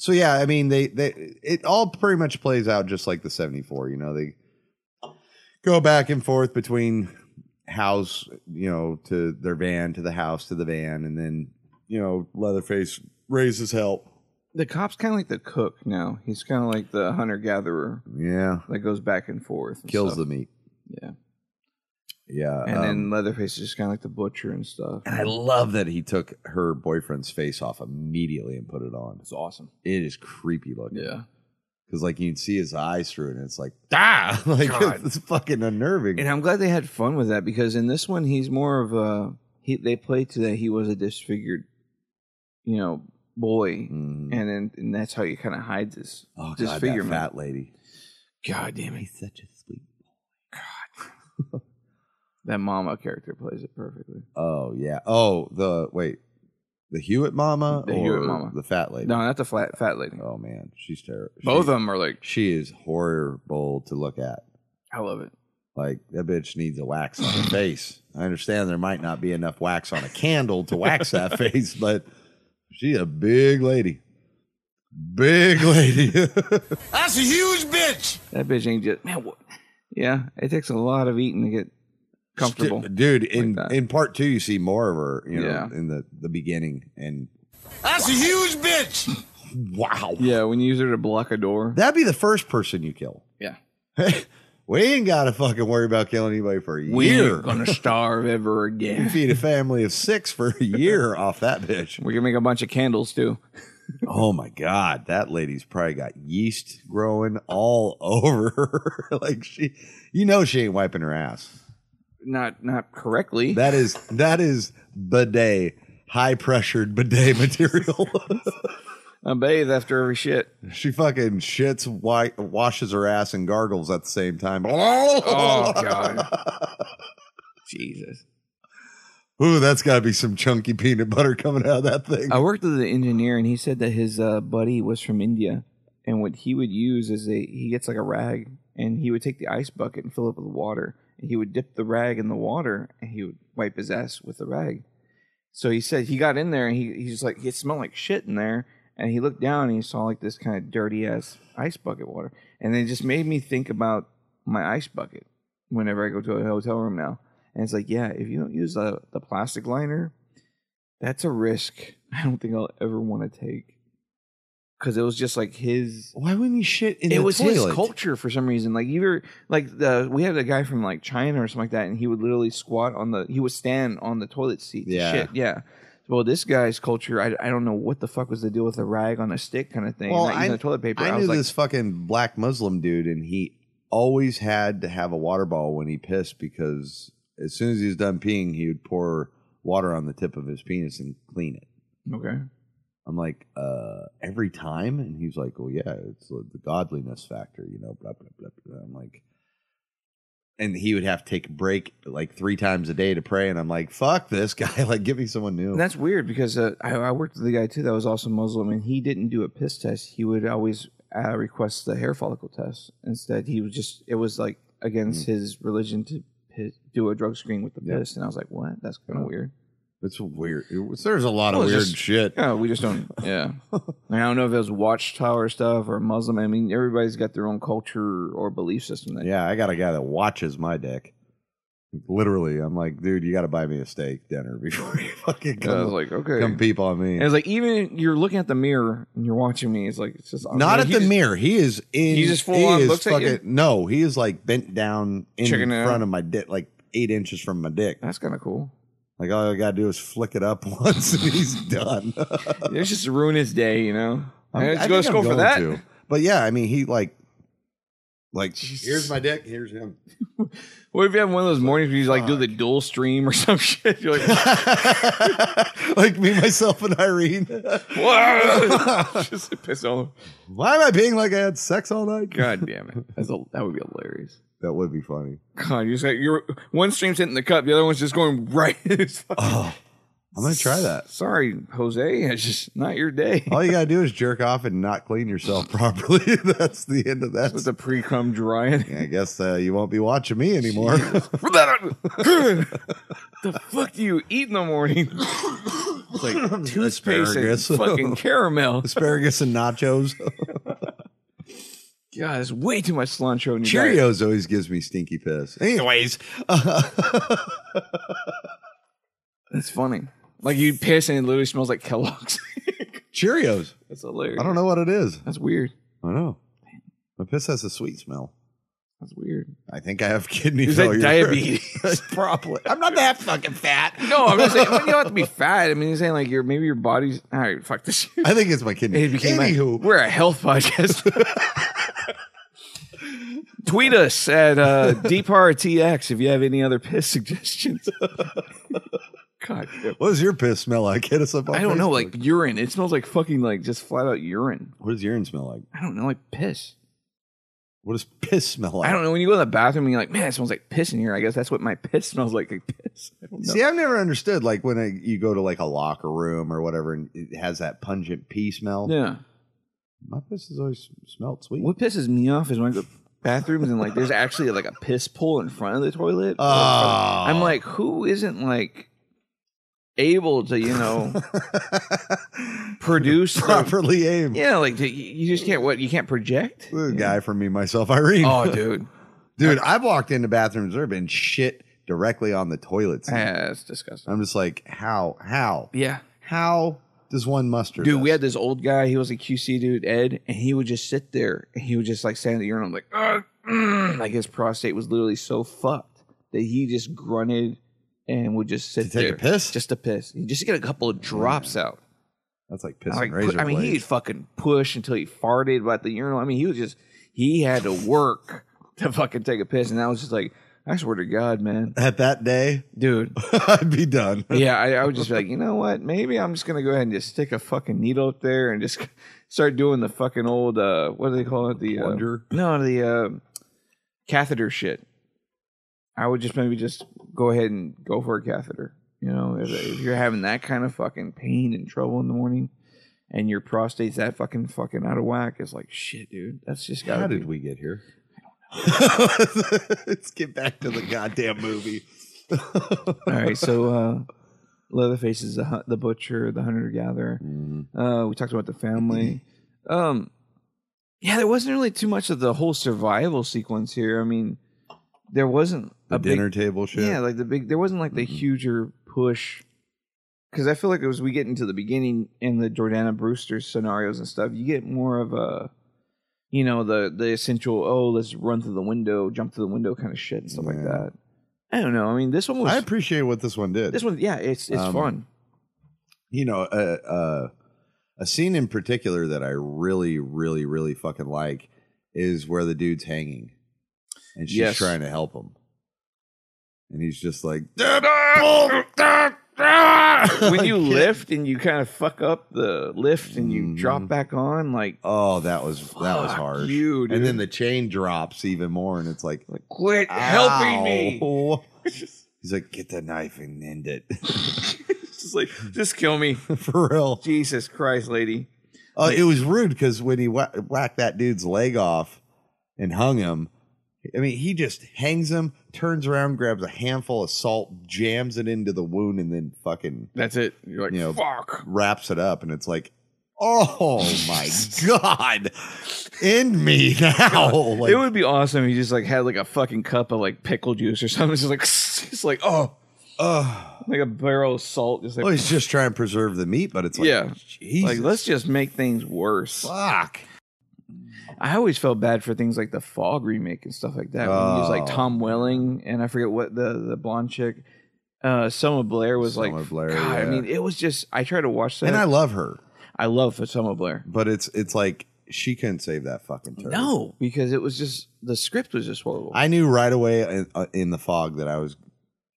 L: So yeah, I mean, they they it all pretty much plays out just like the '74. You know, they go back and forth between house, you know, to their van, to the house, to the van, and then you know, Leatherface raises help.
K: The cop's kind of like the cook now. He's kind of like the hunter gatherer
L: Yeah,
K: that goes back and forth. and
L: kills
K: stuff.
L: the meat.
K: Yeah.
L: Yeah,
K: And
L: um,
K: then Leatherface is just kind of like the butcher and stuff.
L: and I love that he took her boyfriend's face off immediately and put it on.
K: It's awesome.
L: It is creepy looking.
K: Yeah.
L: Because like you can see his eyes through it, and it's like ah, like
K: God.
L: it's fucking unnerving.
K: And I'm glad they had fun with that because in this one he's more of a he they played to that he was a disfigured, you know, boy. And
L: Mhm.
K: then and that's how he kind of hides his
L: Oh god, that
K: disfigurement.
L: fat lady.
K: God damn it.
L: such a sweet.
K: That mama character plays it perfectly.
L: Oh yeah. Oh the wait, the Hewitt mama,
K: The
L: or
K: Hewitt mama.
L: the fat lady.
K: No, not the flat fat lady.
L: Oh man, she's terrible.
K: Both of them are like
L: She is horrible to look at.
K: I love it.
L: Like that bitch needs a wax on her face. I understand there might not be enough wax on a candle to wax that face, but she's a big lady. Big lady.
I: That's a huge bitch.
K: That bitch ain't just man. What? Yeah, it takes a lot of eating to get comfortable.
L: Dude, in
K: that.
L: in part two you see more of her, you know,
K: Yeah.
L: in the, the beginning and
I: That's a huge bitch.
L: wow.
K: Yeah, when you use her to block a door.
L: That'd be the first person you kill.
K: yeah,
L: we ain't got to fucking worry about killing anybody for a
K: we
L: year.
K: ain't gonna starve ever
L: You
K: again.
L: feed a family of six for a year off that bitch.
K: We can make a bunch of candles too.
L: Oh my god, that lady's probably got yeast growing all over her. like she, you know, she ain't wiping her ass.
K: Not not correctly.
L: That is that is bidet, high pressured bidet material.
K: I bathe after every shit.
L: she fucking shits, wi- washes her ass, and gargles at the same time.
K: Oh god. Jesus.
L: Ooh, that's got to be some chunky peanut butter coming out of that thing.
K: I worked with an engineer, and he said that his uh, buddy was from India, and what he would use is a he gets like a rag, and he would take the ice bucket and fill it with water, and he would dip the rag in the water, and he would wipe his ass with the rag. So he said he got in there, and he he's like it smelled like shit in there, and he looked down and he saw like this kind of dirty ass ice bucket water, and it just made me think about my ice bucket whenever I go to a hotel room now, and it's like yeah, if you don't use the the plastic liner that's a risk I don't think I'll ever want to take. Because it was just like his.
L: Why wouldn't he shit in
K: it
L: the
K: was
L: toilet?
K: his culture for some reason. Like you were like the we had a guy from like China or something like that, and he would literally squat on the he would stand on the toilet seat. to
L: Yeah.
K: shit. yeah. Well, this guy's culture, I, I don't know what the fuck was the deal with a rag on a stick kind of thing.
L: Well,
K: not using
L: I-
K: the toilet paper.
L: I,
K: I,
L: knew
K: was like,
L: this fucking black Muslim dude, and he always had to have a water bottle when he pissed because as soon as he was done peeing, he would pour water on the tip of his penis and clean it.
K: okay,
L: I'm like, uh, every time? And he's like, oh, yeah, it's the the godliness factor, you know, blah, blah, blah, blah. I'm like, and he would have to take a break like three times a day to pray. And I'm like, fuck this guy. Like, give me someone new.
K: And that's weird because uh, I, I worked with the guy too that was also Muslim, and he didn't do a piss test. He would always uh, request the hair follicle test. Instead, he was just it was like against his religion to his, do a drug screen with the
L: Hmm. Yeah.
K: piss, and I was like, what? That's kind of weird.
L: It's weird. It was- there's a lot of
K: Well, it's
L: weird
K: just-
L: shit.
K: Yeah, we just don't. Yeah, I don't know if it was Watchtower stuff or Muslim. I mean, everybody's got their own culture or belief system. That,
L: Yeah, I got a guy that watches my dick. Literally, I'm like, dude, you got to buy me a steak dinner before you fucking
K: Yeah,
L: come.
K: I was like, okay.
L: come peep on me.
K: And it's like even you're looking at the mirror and you're watching me. It's like it's just
L: Not
K: I mean,
L: at
K: he
L: the
K: just-
L: mirror. He is in.
K: He just full on
L: is
K: looks at you?
L: No, he is like bent down in
K: Checking it out.
L: front of my dick, like eight inches from my dick.
K: That's kind of cool.
L: Like all I gotta do is flick it up once and he's done.
K: It's just ruin his day, you know.
L: I'm-
K: Let's go to
L: I think I'm
K: school for
L: going
K: that.
L: to. But yeah, I mean, he like, like here's my dick, here's him.
K: What if you have one of those mornings where you like do the dual stream or some shit? You're like,
L: like me, myself, and Irene.
K: Whoa! just piss all over.
L: Why am I being like I had sex all night?
K: God damn it. That's a, that would be hilarious.
L: That would be funny.
K: God, you just got your one stream's hitting the cup, the other one's just going right. It's like,
L: I'm gonna try that.
K: Sorry, Jose. It's just not your day.
L: Uh, All you gotta do is jerk off and not clean yourself properly. That's the end of that.
K: With the pre cum drying.
L: I guess uh, you won't be watching me anymore.
K: the fuck do you eat in the morning? It's like toothpaste and
L: Asparagus.
K: fucking caramel.
L: Asparagus and nachos.
K: God, there's way too much cilantro in your diet.
L: Cheerios always gives me stinky piss. Anyways,
K: That's funny. Like you piss and it literally smells like Kellogg's.
L: Cheerios.
K: That's hilarious.
L: I don't know what it is.
K: That's weird.
L: I know. My piss has a sweet smell.
K: That's weird.
L: I think I have kidney
K: Is that
L: failure.
K: diabetes?
L: Probably. I'm not that fucking fat.
K: No, I'm just saying you don't have to be fat. I mean, you're saying like your maybe your body's all right. Fuck this. Shit.
L: I think it's my kidney.
K: It became like-
L: Anywho,
K: we're a health podcast. Tweet us at uh, DeepRTX if you have any other piss suggestions. God,
L: what does your piss smell like? Hit us up. On
K: I don't know.
L: Facebook.
K: Like urine. It smells like fucking like just flat out urine.
L: what does urine smell like?
K: I don't know. Like piss.
L: What does piss smell like?
K: I don't know. When you go to the bathroom and you're like, man, it smells like piss in here. I guess that's what my piss smells like. Like piss. I don't know.
L: See, I've never understood like when I, you go to like a locker room or whatever, and it has that pungent pee smell.
K: yeah.
L: My piss has always smelled sweet.
K: What pisses me off is when I go to bathrooms and like there's actually like a piss pool in front of the toilet.
L: Oh.
K: I'm like, who isn't like able to, you know, produce the-
L: Properly aimed.
K: yeah, like to, you just can't what you can't project.
L: Ooh, Guy from me, myself, Irene.
K: Oh, dude,
L: Dude, I've walked into bathrooms. There have been shit directly on the toilet seat.
K: Ah, that's disgusting.
L: I'm just like, how? How?
K: Yeah,
L: How does one muster?
K: dude, we
L: this?
K: had this old guy. He was a QC dude, Ed, and he would just sit there and he would just like stand at the urinal, like, "Ugh, mm," like his prostate was literally so fucked that he just grunted and would just sit
L: To take a
K: there,
L: piss?
K: just to piss. You just get a couple of drops out.
L: That's like pissing
K: Like,
L: razor
K: pu- I mean,
L: blades.
K: he'd fucking push until he farted about the urinal. I mean, he was just he had to work to fucking take a piss, and I was just like, I swear to God, man,
L: At that day,
K: dude.
L: I'd be done.
K: Yeah, I, I would just be like, you know what? Maybe I'm just gonna go ahead and just stick a fucking needle up there and just start doing the fucking old uh, what do they call it? The uh,
L: Plunger?
K: no, the uh, catheter shit. I would just maybe just go ahead and go for a catheter. You know, if, if you're having that kind of fucking pain and trouble in the morning, and your prostate's that fucking fucking out of whack, it's like shit, dude. That's just gotta
L: How
K: be.
L: did we get here? Let's get back to the goddamn movie.
K: All right, so uh, Leatherface is the, hu- the butcher, the hunter gatherer.
L: Mm-hmm.
K: Uh, we talked about the family. Um, yeah, there wasn't really too much of the whole survival sequence here. I mean, there wasn't
L: The
K: a big-
L: dinner table shit. Mm-hmm.
K: yeah, like the big. There wasn't like the huger push. Because I feel like as we get into the beginning and the Jordana Brewster scenarios and stuff, you get more of a, you know, the the essential. Oh, let's run through the window, jump through the window, kind of shit and stuff like
L: Yeah.
K: that. I don't know. I mean, this one was
L: I appreciate what this one did.
K: this one, yeah, it's it's
L: Um,
K: fun.
L: you know, uh, uh, a scene in particular that I really, really, really fucking like is where the dude's hanging and she's
K: Yes.
L: trying to help him. And he's just like,
K: When you lift and you kind of fuck up the lift and you drop back on, like
L: oh, that was, Mm-hmm. that was
K: Fuck
L: harsh.
K: you, dude.
L: and then the chain drops even more. And it's like,
K: quit helping me.
L: Ow. He's like, get the knife and end it.
K: It's just like just kill me,
L: For real.
K: Jesus Christ, lady.
L: Oh, it was rude because when he wha- whacked that dude's leg off and hung him, I mean, he just hangs him, turns around, grabs a handful of salt, jams it into the wound, and then fucking
K: that's it. You're like,
L: you know,
K: fuck.
L: wraps it up, and it's like, oh my god, in me now. Like,
K: it would be awesome if he just like had like a fucking cup of like pickle juice or something. It's just like it's like oh oh like a barrel of salt. Just like
L: well, he's just trying to preserve the meat, but it's like,
K: yeah.
L: Jesus.
K: Like let's just make things worse.
L: fuck.
K: I always felt bad for things like the Fog remake and stuff like that. When he was like
L: Oh.
K: Tom Welling and I forget what the the blonde chick. Uh, Selma Blair was
L: Selma
K: like
L: Blair,
K: God, I
L: yeah.
K: mean, it was just I tried to watch that
L: And I love her,
K: I love Selma Blair.
L: but it's it's like she couldn't save that fucking turd.
K: No, because it was just the script was just horrible.
L: I knew right away in, uh, in the fog that I was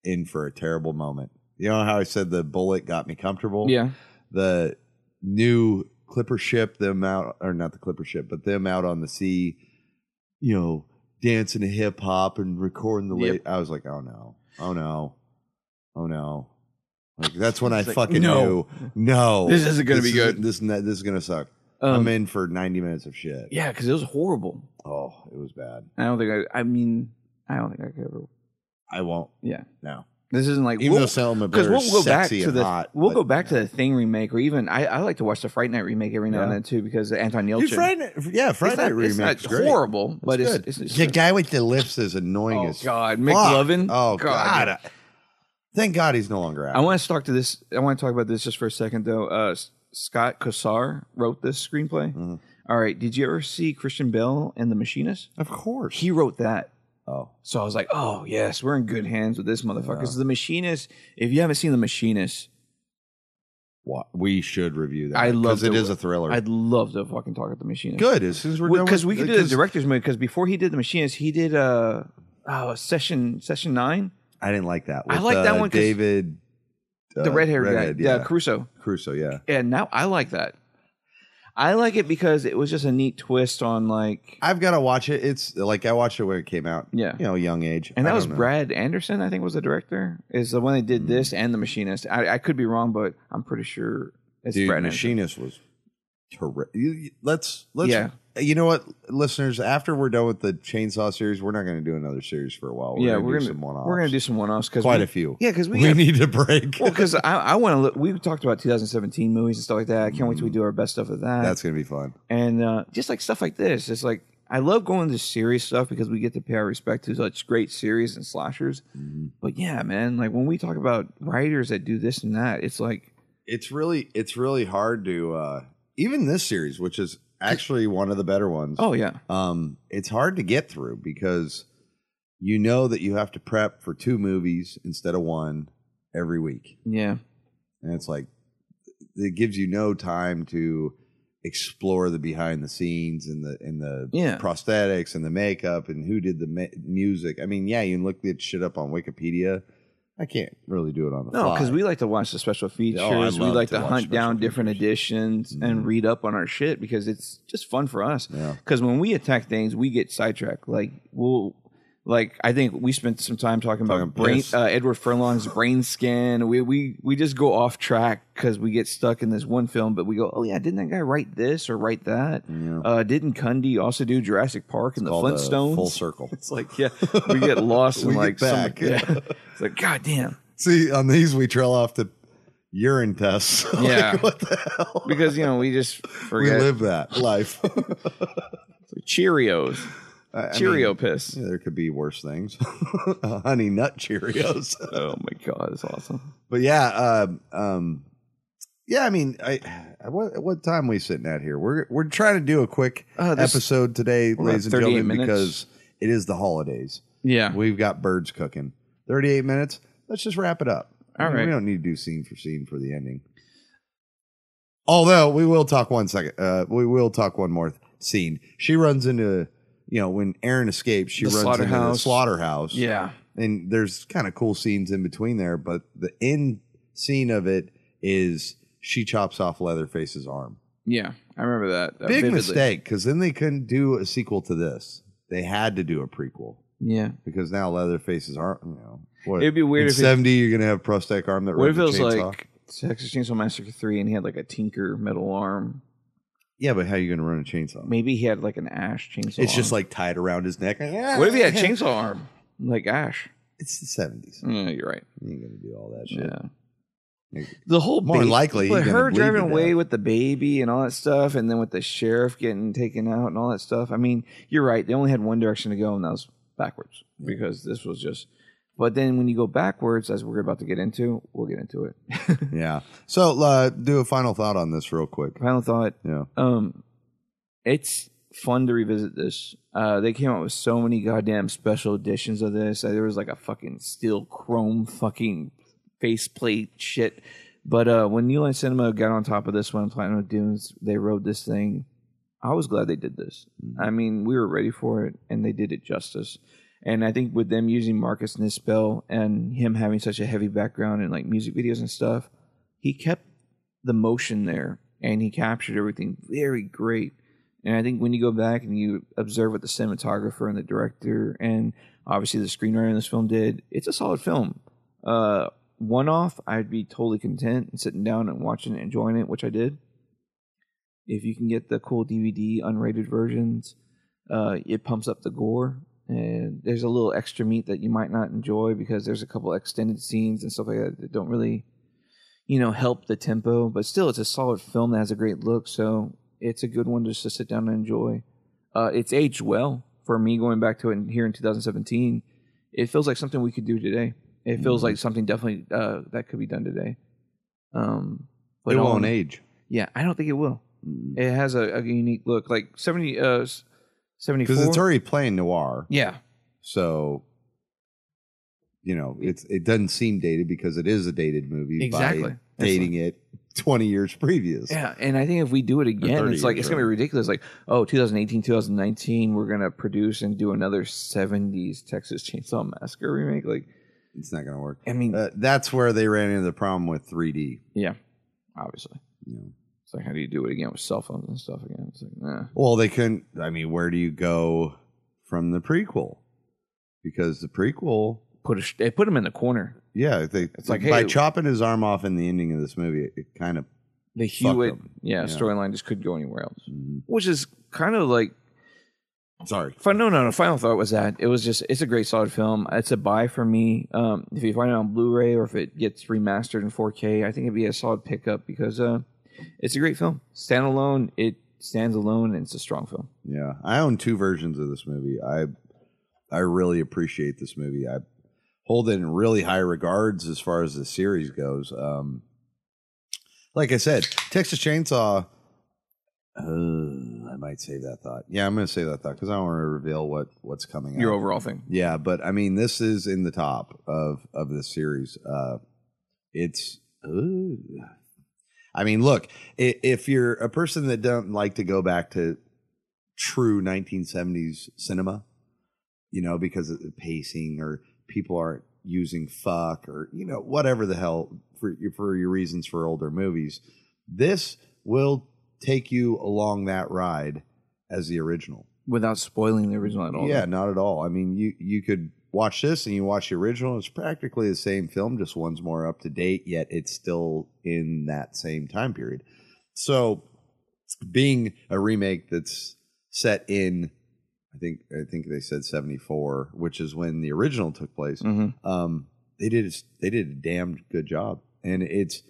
L: in for a terrible moment. You know how I said the bullet got me comfortable?
K: yeah,
L: The new clipper ship, them out, or not the clipper ship, but them out on the sea, you know, dancing to hip hop and recording the
K: Yep.
L: late. I was like, oh no, oh no, oh no. Like that's when I
K: It's like,
L: fucking
K: no.
L: knew. No,
K: This isn't gonna be
L: isn't-
K: good.
L: This ne- this is gonna suck.
K: Um,
L: I'm in for 90 minutes of shit.
K: yeah, because it was horrible.
L: Oh, it was bad.
K: I don't think I. I mean, I don't think I could ever.
L: I won't.
K: Yeah,
L: No.
K: this isn't like
L: Even
K: we'll-
L: though Selma
K: because
L: Blair
K: we'll
L: is
K: go back
L: sexy
K: to
L: and
K: the
L: hot,
K: we'll
L: but-
K: go back to the Thing remake or even I, I like to watch the Fright Night remake every now and
L: Yeah.
K: then too because of Anton
L: Dude,
K: Yelchin.
L: Friday, yeah, Friday
K: not-
L: Night
K: it's
L: Remake
K: not horrible, but it's- it's- it's
L: the
K: good.
L: guy with the lips is annoying
K: Oh,
L: as
K: God,
L: fuck.
K: McLovin?
L: Oh
K: God.
L: God, I- thank God he's no longer out.
K: I want to talk to this. I want to talk about this just for a second though. Uh, S- Scott Cossar wrote this screenplay.
L: Mm-hmm.
K: All right, did you ever see Christian Bell and The Machinist?
L: of course.
K: He wrote that.
L: oh,
K: So I was like, oh, yes, we're in good hands with this motherfucker. Because The Machinist, if you haven't seen The Machinist,
L: what? we should review that.
K: I
L: 'cause
K: love
L: it
K: to-
L: is a thriller.
K: I'd love to fucking talk about The Machinist.
L: Good as soon as we're done
K: Because
L: with-
K: we could do the director's movie. Because before he did The Machinist, he did uh, oh, Session Session 9,
L: I didn't like that.
K: I
L: with,
K: like that
L: uh,
K: one 'cause-
L: David, uh,
K: the red haired guy,
L: redhead,
K: yeah.
L: yeah,
K: Crusoe.
L: Crusoe. Yeah,
K: And now I like that. I like it because it was just a neat twist on like,
L: I've got to watch it. It's like I watched it when it came out.
K: Yeah.
L: you know, young age,
K: and
L: I
K: that was
L: don't know. Mm.
K: Brad Anderson, I think was the director, is the one that did this and The Machinist. I, I could be wrong, but I'm pretty sure it's
L: Dude,
K: Brad Anderson.
L: Machinist was terrific. Let's let's
K: Yeah.
L: You know what, listeners? After we're done with the chainsaw series, we're not going to do another series for a while. We're
K: yeah,
L: gonna
K: we're
L: do
K: gonna
L: some one-offs.
K: we're gonna do some one offs because
L: quite a few.
K: Yeah, because we,
L: we
K: got-
L: need a break.
K: well, because I, I want to look. We talked about 2017 movies and stuff like that. I can't wait till we do our best stuff of that.
L: That's going to be fun.
K: and uh, just like stuff like this, it's like I love going to serious stuff because we get to pay our respect to such great series and slashers. But yeah, man, like when we talk about writers that do this and that, it's like
L: It's really it's really hard to uh even this series, which is actually one of the better ones.
K: oh yeah,
L: um, it's hard to get through because you know that you have to prep for two movies instead of one every week.
K: yeah,
L: and it's like it gives you no time to explore the behind the scenes and the and the
K: Yeah.
L: prosthetics and the makeup and who did the ma- music. I mean, yeah, you can look that shit up on Wikipedia. I can't really do it on the
K: no,
L: fly.
K: because we like to watch the special features. we
L: Oh, love
K: like
L: to
K: to,
L: watch
K: hunt
L: special Mm-hmm.
K: down different editions and read up on our shit because it's just fun for us.
L: Yeah.
K: Because when we attack things, we get sidetracked. Like we'll. Like I think we spent some time talking about
L: Talking
K: brain,
L: piss.
K: uh, Edward Furlong's brain scan. We we we just go off track because we get stuck in this one film, but we go, oh yeah, didn't that guy write this or write that? Uh, didn't Cundy also do Jurassic Park and the
L: Called, uh,
K: Flintstones?
L: full circle.
K: It's like yeah, we get lost in
L: We get
K: like some-
L: back.
K: yeah. It's like goddamn.
L: See, on these we trail off to urine tests. Like,
K: Yeah.
L: what the hell?
K: because you know we just
L: We
K: forget
L: live that life.
K: Cheerios,
L: I- I mean,
K: Cheerio piss.
L: yeah, there could be worse things. Honey nut Cheerios.
K: Oh my god, that's awesome.
L: but yeah, uh, um, yeah. I mean, I I- what what time we sitting at here? We're we're trying to do a quick
K: Uh, this-
L: episode today,
K: we're
L: ladies and
K: about 38
L: gentlemen,
K: minutes.
L: because it is the holidays.
K: Yeah,
L: We've got birds cooking. Thirty eight minutes. Let's just wrap it up.
K: All
L: I mean,
K: right.
L: we don't need to do scene for scene for the ending. Although we will talk one second. Uh, we will talk one more th- scene. She runs into you know when Aaron escapes, she
K: The
L: runs into the
K: slaughterhouse.
L: slaughterhouse
K: yeah,
L: and there's kind of cool scenes in between there, but the end scene of it is she chops off Leatherface's arm.
K: yeah. I remember that. uh,
L: Big
K: vividly.
L: mistake, because then they couldn't do a sequel to this. They had to do a prequel
K: Yeah.
L: because now Leatherface's arm, you know, what,
K: It'd be weird
L: in
K: if it-
L: seventy you're gonna have prosthetic arm that.
K: What
L: What
K: if it was
L: chainsaw?
K: like Texas Chainsaw Massacre three, and he had like a Tinker metal arm?
L: Yeah, but how are you going to run a chainsaw?
K: Maybe he had like an Ash chainsaw.
L: It's just
K: arm.
L: like tied around his neck.
K: what if he had a chainsaw arm like Ash?
L: It's the seventies.
K: Yeah, you're right.
L: You ain't going to do all that shit.
K: Yeah. The whole
L: More
K: ba-
L: likely,
K: but
L: you're gonna
K: her
L: bleed to
K: driving
L: death.
K: away with the baby and all that stuff, and then with the sheriff getting taken out and all that stuff. I mean, you're right. They only had one direction to go, and that was backwards because this was just. But then when you go backwards, as we're about to get into, we'll get into it.
L: yeah. So uh, do a final thought on this real quick.
K: Final thought.
L: Yeah.
K: Um, it's fun to revisit this. Uh, they came out with so many goddamn special editions of this. Uh, There was like a fucking steel chrome fucking faceplate shit. But uh, when New Line Cinema got on top of this one, Platinum Dunes, they rode this thing. I was glad they did this. I mean, we were ready for it, and they did it justice. And I think with them using Marcus Nispel and him having such a heavy background in like music videos and stuff, he kept the motion there and he captured everything very great. And I think when you go back and you observe what the cinematographer and the director and obviously the screenwriter in this film did, it's a solid film. Uh, one off, I'd be totally content and sitting down and watching it, enjoying it, which I did. If you can get the cool DVD unrated versions, uh, it pumps up the gore. And there's a little extra meat that you might not enjoy because there's a couple extended scenes and stuff like that that don't really you know, help the tempo, but still, it's a solid film that has a great look. So it's a good one just to sit down and enjoy. Uh, it's aged well for me going back to it and here in 2017. It feels like something we could do today. It
L: Mm.
K: feels like something definitely uh, that could be done today. Um,
L: it
K: all
L: won't
K: in-
L: age.
K: Yeah, I don't think it will. It has a, a unique look, like 70, uh, s- 74.
L: Because it's already playing noir.
K: yeah,
L: So you know, it's it doesn't seem dated because it is a dated movie
K: Exactly.
L: by dating it twenty years previous.
K: Yeah, and I think if we do it again,
L: 30
K: it's like
L: years,
K: it's gonna be ridiculous. Like, oh, 2018, 2019, we're gonna produce and do another 70s Texas Chainsaw Massacre remake. Like,
L: It's not gonna work.
K: I mean,
L: Uh, that's where they ran into the problem with 3D.
K: yeah, obviously.
L: You know.
K: It's like, how do you do it again with cell phones and stuff again? It's like, nah.
L: Well, they couldn't. I mean, where do you go from the prequel? Because the prequel,
K: Put a, sh- they put him in the corner.
L: yeah, they
K: It's like,
L: by
K: hey-
L: chopping his arm off in the ending of this movie, it, it kind of
K: The
L: Fuck
K: Hewitt,
L: them.
K: yeah,
L: Yeah. Mm-hmm.
K: storyline just couldn't go anywhere else, which is kind of like
L: sorry.
K: Fun, no, no, no. Final thought was that it was just it's a great solid film. It's a buy for me. Um, if you find it on Blu-ray or if it gets remastered in 4K, I think it'd be a solid pickup because uh, it's a great film. Standalone, it stands alone, and it's a strong film.
L: Yeah, I own two versions of this movie. I I really appreciate this movie. I hold it in really high regards as far as the series goes. Um, like I said, Texas Chainsaw. Uh, I might save that thought. Yeah, I'm going to save that thought because I don't want to reveal what what's coming.
K: Your
L: up.
K: overall thing,
L: Yeah, but I mean, this is in the top of of this series. Uh, it's, ooh. I mean, look, i- if you're a person that doesn't like to go back to true 1970s cinema, you know, because of the pacing or people aren't using fuck or you know whatever the hell for your, for your reasons for older movies, this will take you along that ride as the original.
K: without spoiling the original at all.
L: Yeah, not at all. I mean, you you could watch this and you watch the original. It's practically the same film, just one's more up to date, yet it's still in that same time period. So, being a remake that's set in, I think I think they said seventy four, which is when the original took place.
K: Mhm.
L: Um, they did they did a damn good job, and it's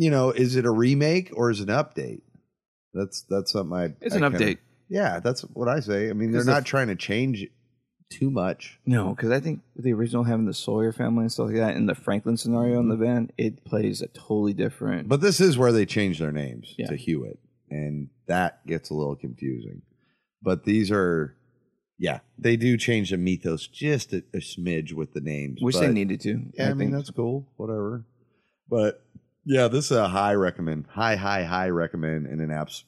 L: you know, is it a remake or is it an update? That's that's something I.
K: It's
L: I
K: an
L: kinda-
K: update.
L: yeah, that's what I say. I mean, they're
K: 'Cause
L: not
K: if-
L: trying to change too much.
K: No, because I think with the original having the Sawyer family and stuff like that, and the Franklin scenario in the van, it plays a totally different.
L: But this is where they change their names
K: Yeah.
L: to Hewitt, and that gets a little confusing. But these are, yeah, they do change the mythos just a, a smidge with the names,
K: which they
L: but-
K: needed to.
L: Yeah, I, mean
K: think.
L: that's cool. Whatever. But yeah, this is a high recommend, high, high, high recommend in an apps.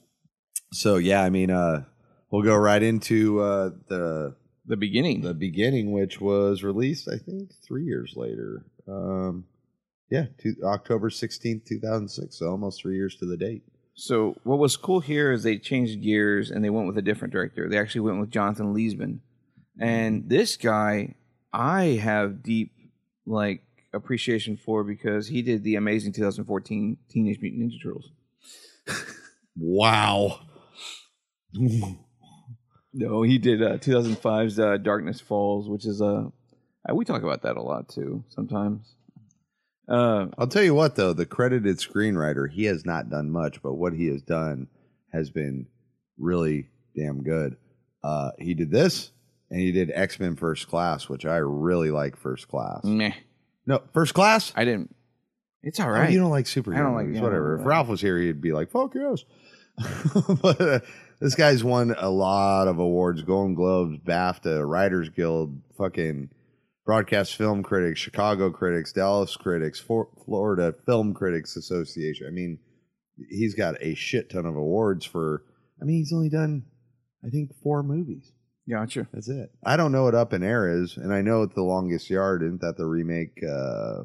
L: So yeah, I mean, uh, we'll go right into uh, the
K: the beginning.
L: the beginning, which was released, I think, three years later. Um, yeah, two, October sixteenth, two thousand six. So almost three years to the date.
K: So what was cool here is they changed gears and they went with a different director. They actually went with Jonathan Leesman. And this guy I have deep like appreciation for because he did the amazing 2014 Teenage Mutant Ninja Turtles.
L: Wow.
K: no, he did uh, 2005's uh, Darkness Falls, which is a. Uh, we talk about that a lot too sometimes.
L: Uh, I'll tell you what, though, the credited screenwriter, he has not done much, but what he has done has been really damn good. Uh, he did this and he did X Men First Class, which I really like First Class.
K: Meh.
L: No, First Class?
K: I didn't. It's all right.
L: Oh, you don't like superheroes.
K: I Oh, don't like- yeah,
L: whatever.
K: yeah.
L: If Ralph was here, he'd be like, fuck yes. but uh, this guy's won a lot of awards Golden Globes, BAFTA, Writers Guild, fucking Broadcast Film Critics, Chicago Critics, Dallas Critics, For- Florida Film Critics Association. I mean, he's got a shit ton of awards for, I mean, he's only done, I think, four movies.
K: Gotcha.
L: That's it. I don't know what Up in Air is, and I know what The Longest Yard isn't that the remake uh,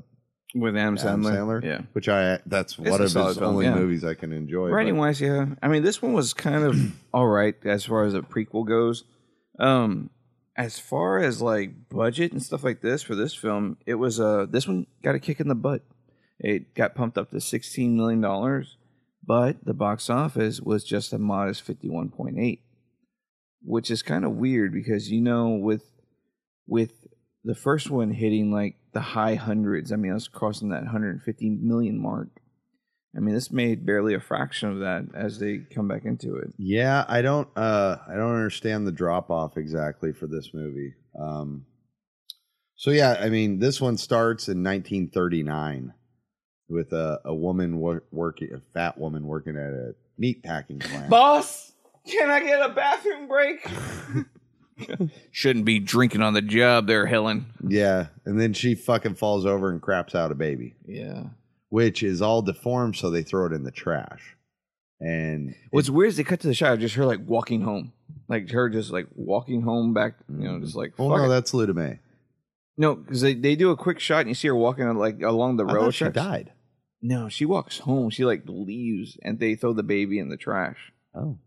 K: With Adam
L: Adam
K: Sandler.
L: Sandler.
K: Yeah.
L: which I that's
K: It's
L: one
K: a
L: of
K: solid
L: his
K: film,
L: only
K: yeah.
L: movies I can enjoy.
K: Writing
L: but-
K: wise, yeah. I mean, this one was kind of all right as far as a prequel goes. Um, as far as like budget and stuff like this for this film, it was uh this one got a kick in the butt. It got pumped up to sixteen million dollars, but the box office was just a modest fifty one point eight, which is kind of weird because you know with with the first one hitting like the high hundreds. I mean, I was crossing that hundred and fifty million mark. I mean, this made barely a fraction of that as they come back into it.
L: yeah, I don't uh, I don't understand the drop off exactly for this movie. Um, so yeah, I mean, this one starts in 1939 with a a woman wor- working, a fat woman working at a meat packing plant.
K: Boss, can I get a bathroom break? Shouldn't be drinking on the job there, Helen.
L: Yeah, and then she fucking falls over and craps out a baby,
K: Yeah.
L: which is all deformed, so they throw it in the trash. And
K: What's weird is they cut to the shot of just her like walking home, like her just like walking home back, you know, just like
L: well,
K: fuck
L: Oh, no,
K: it.
L: that's Ludomet.
K: no, because they, they do a quick shot and you see her walking on, like along the
L: I
K: road.
L: thought she died.
K: No, she walks home. She like leaves and they throw the baby in the trash.
L: Oh,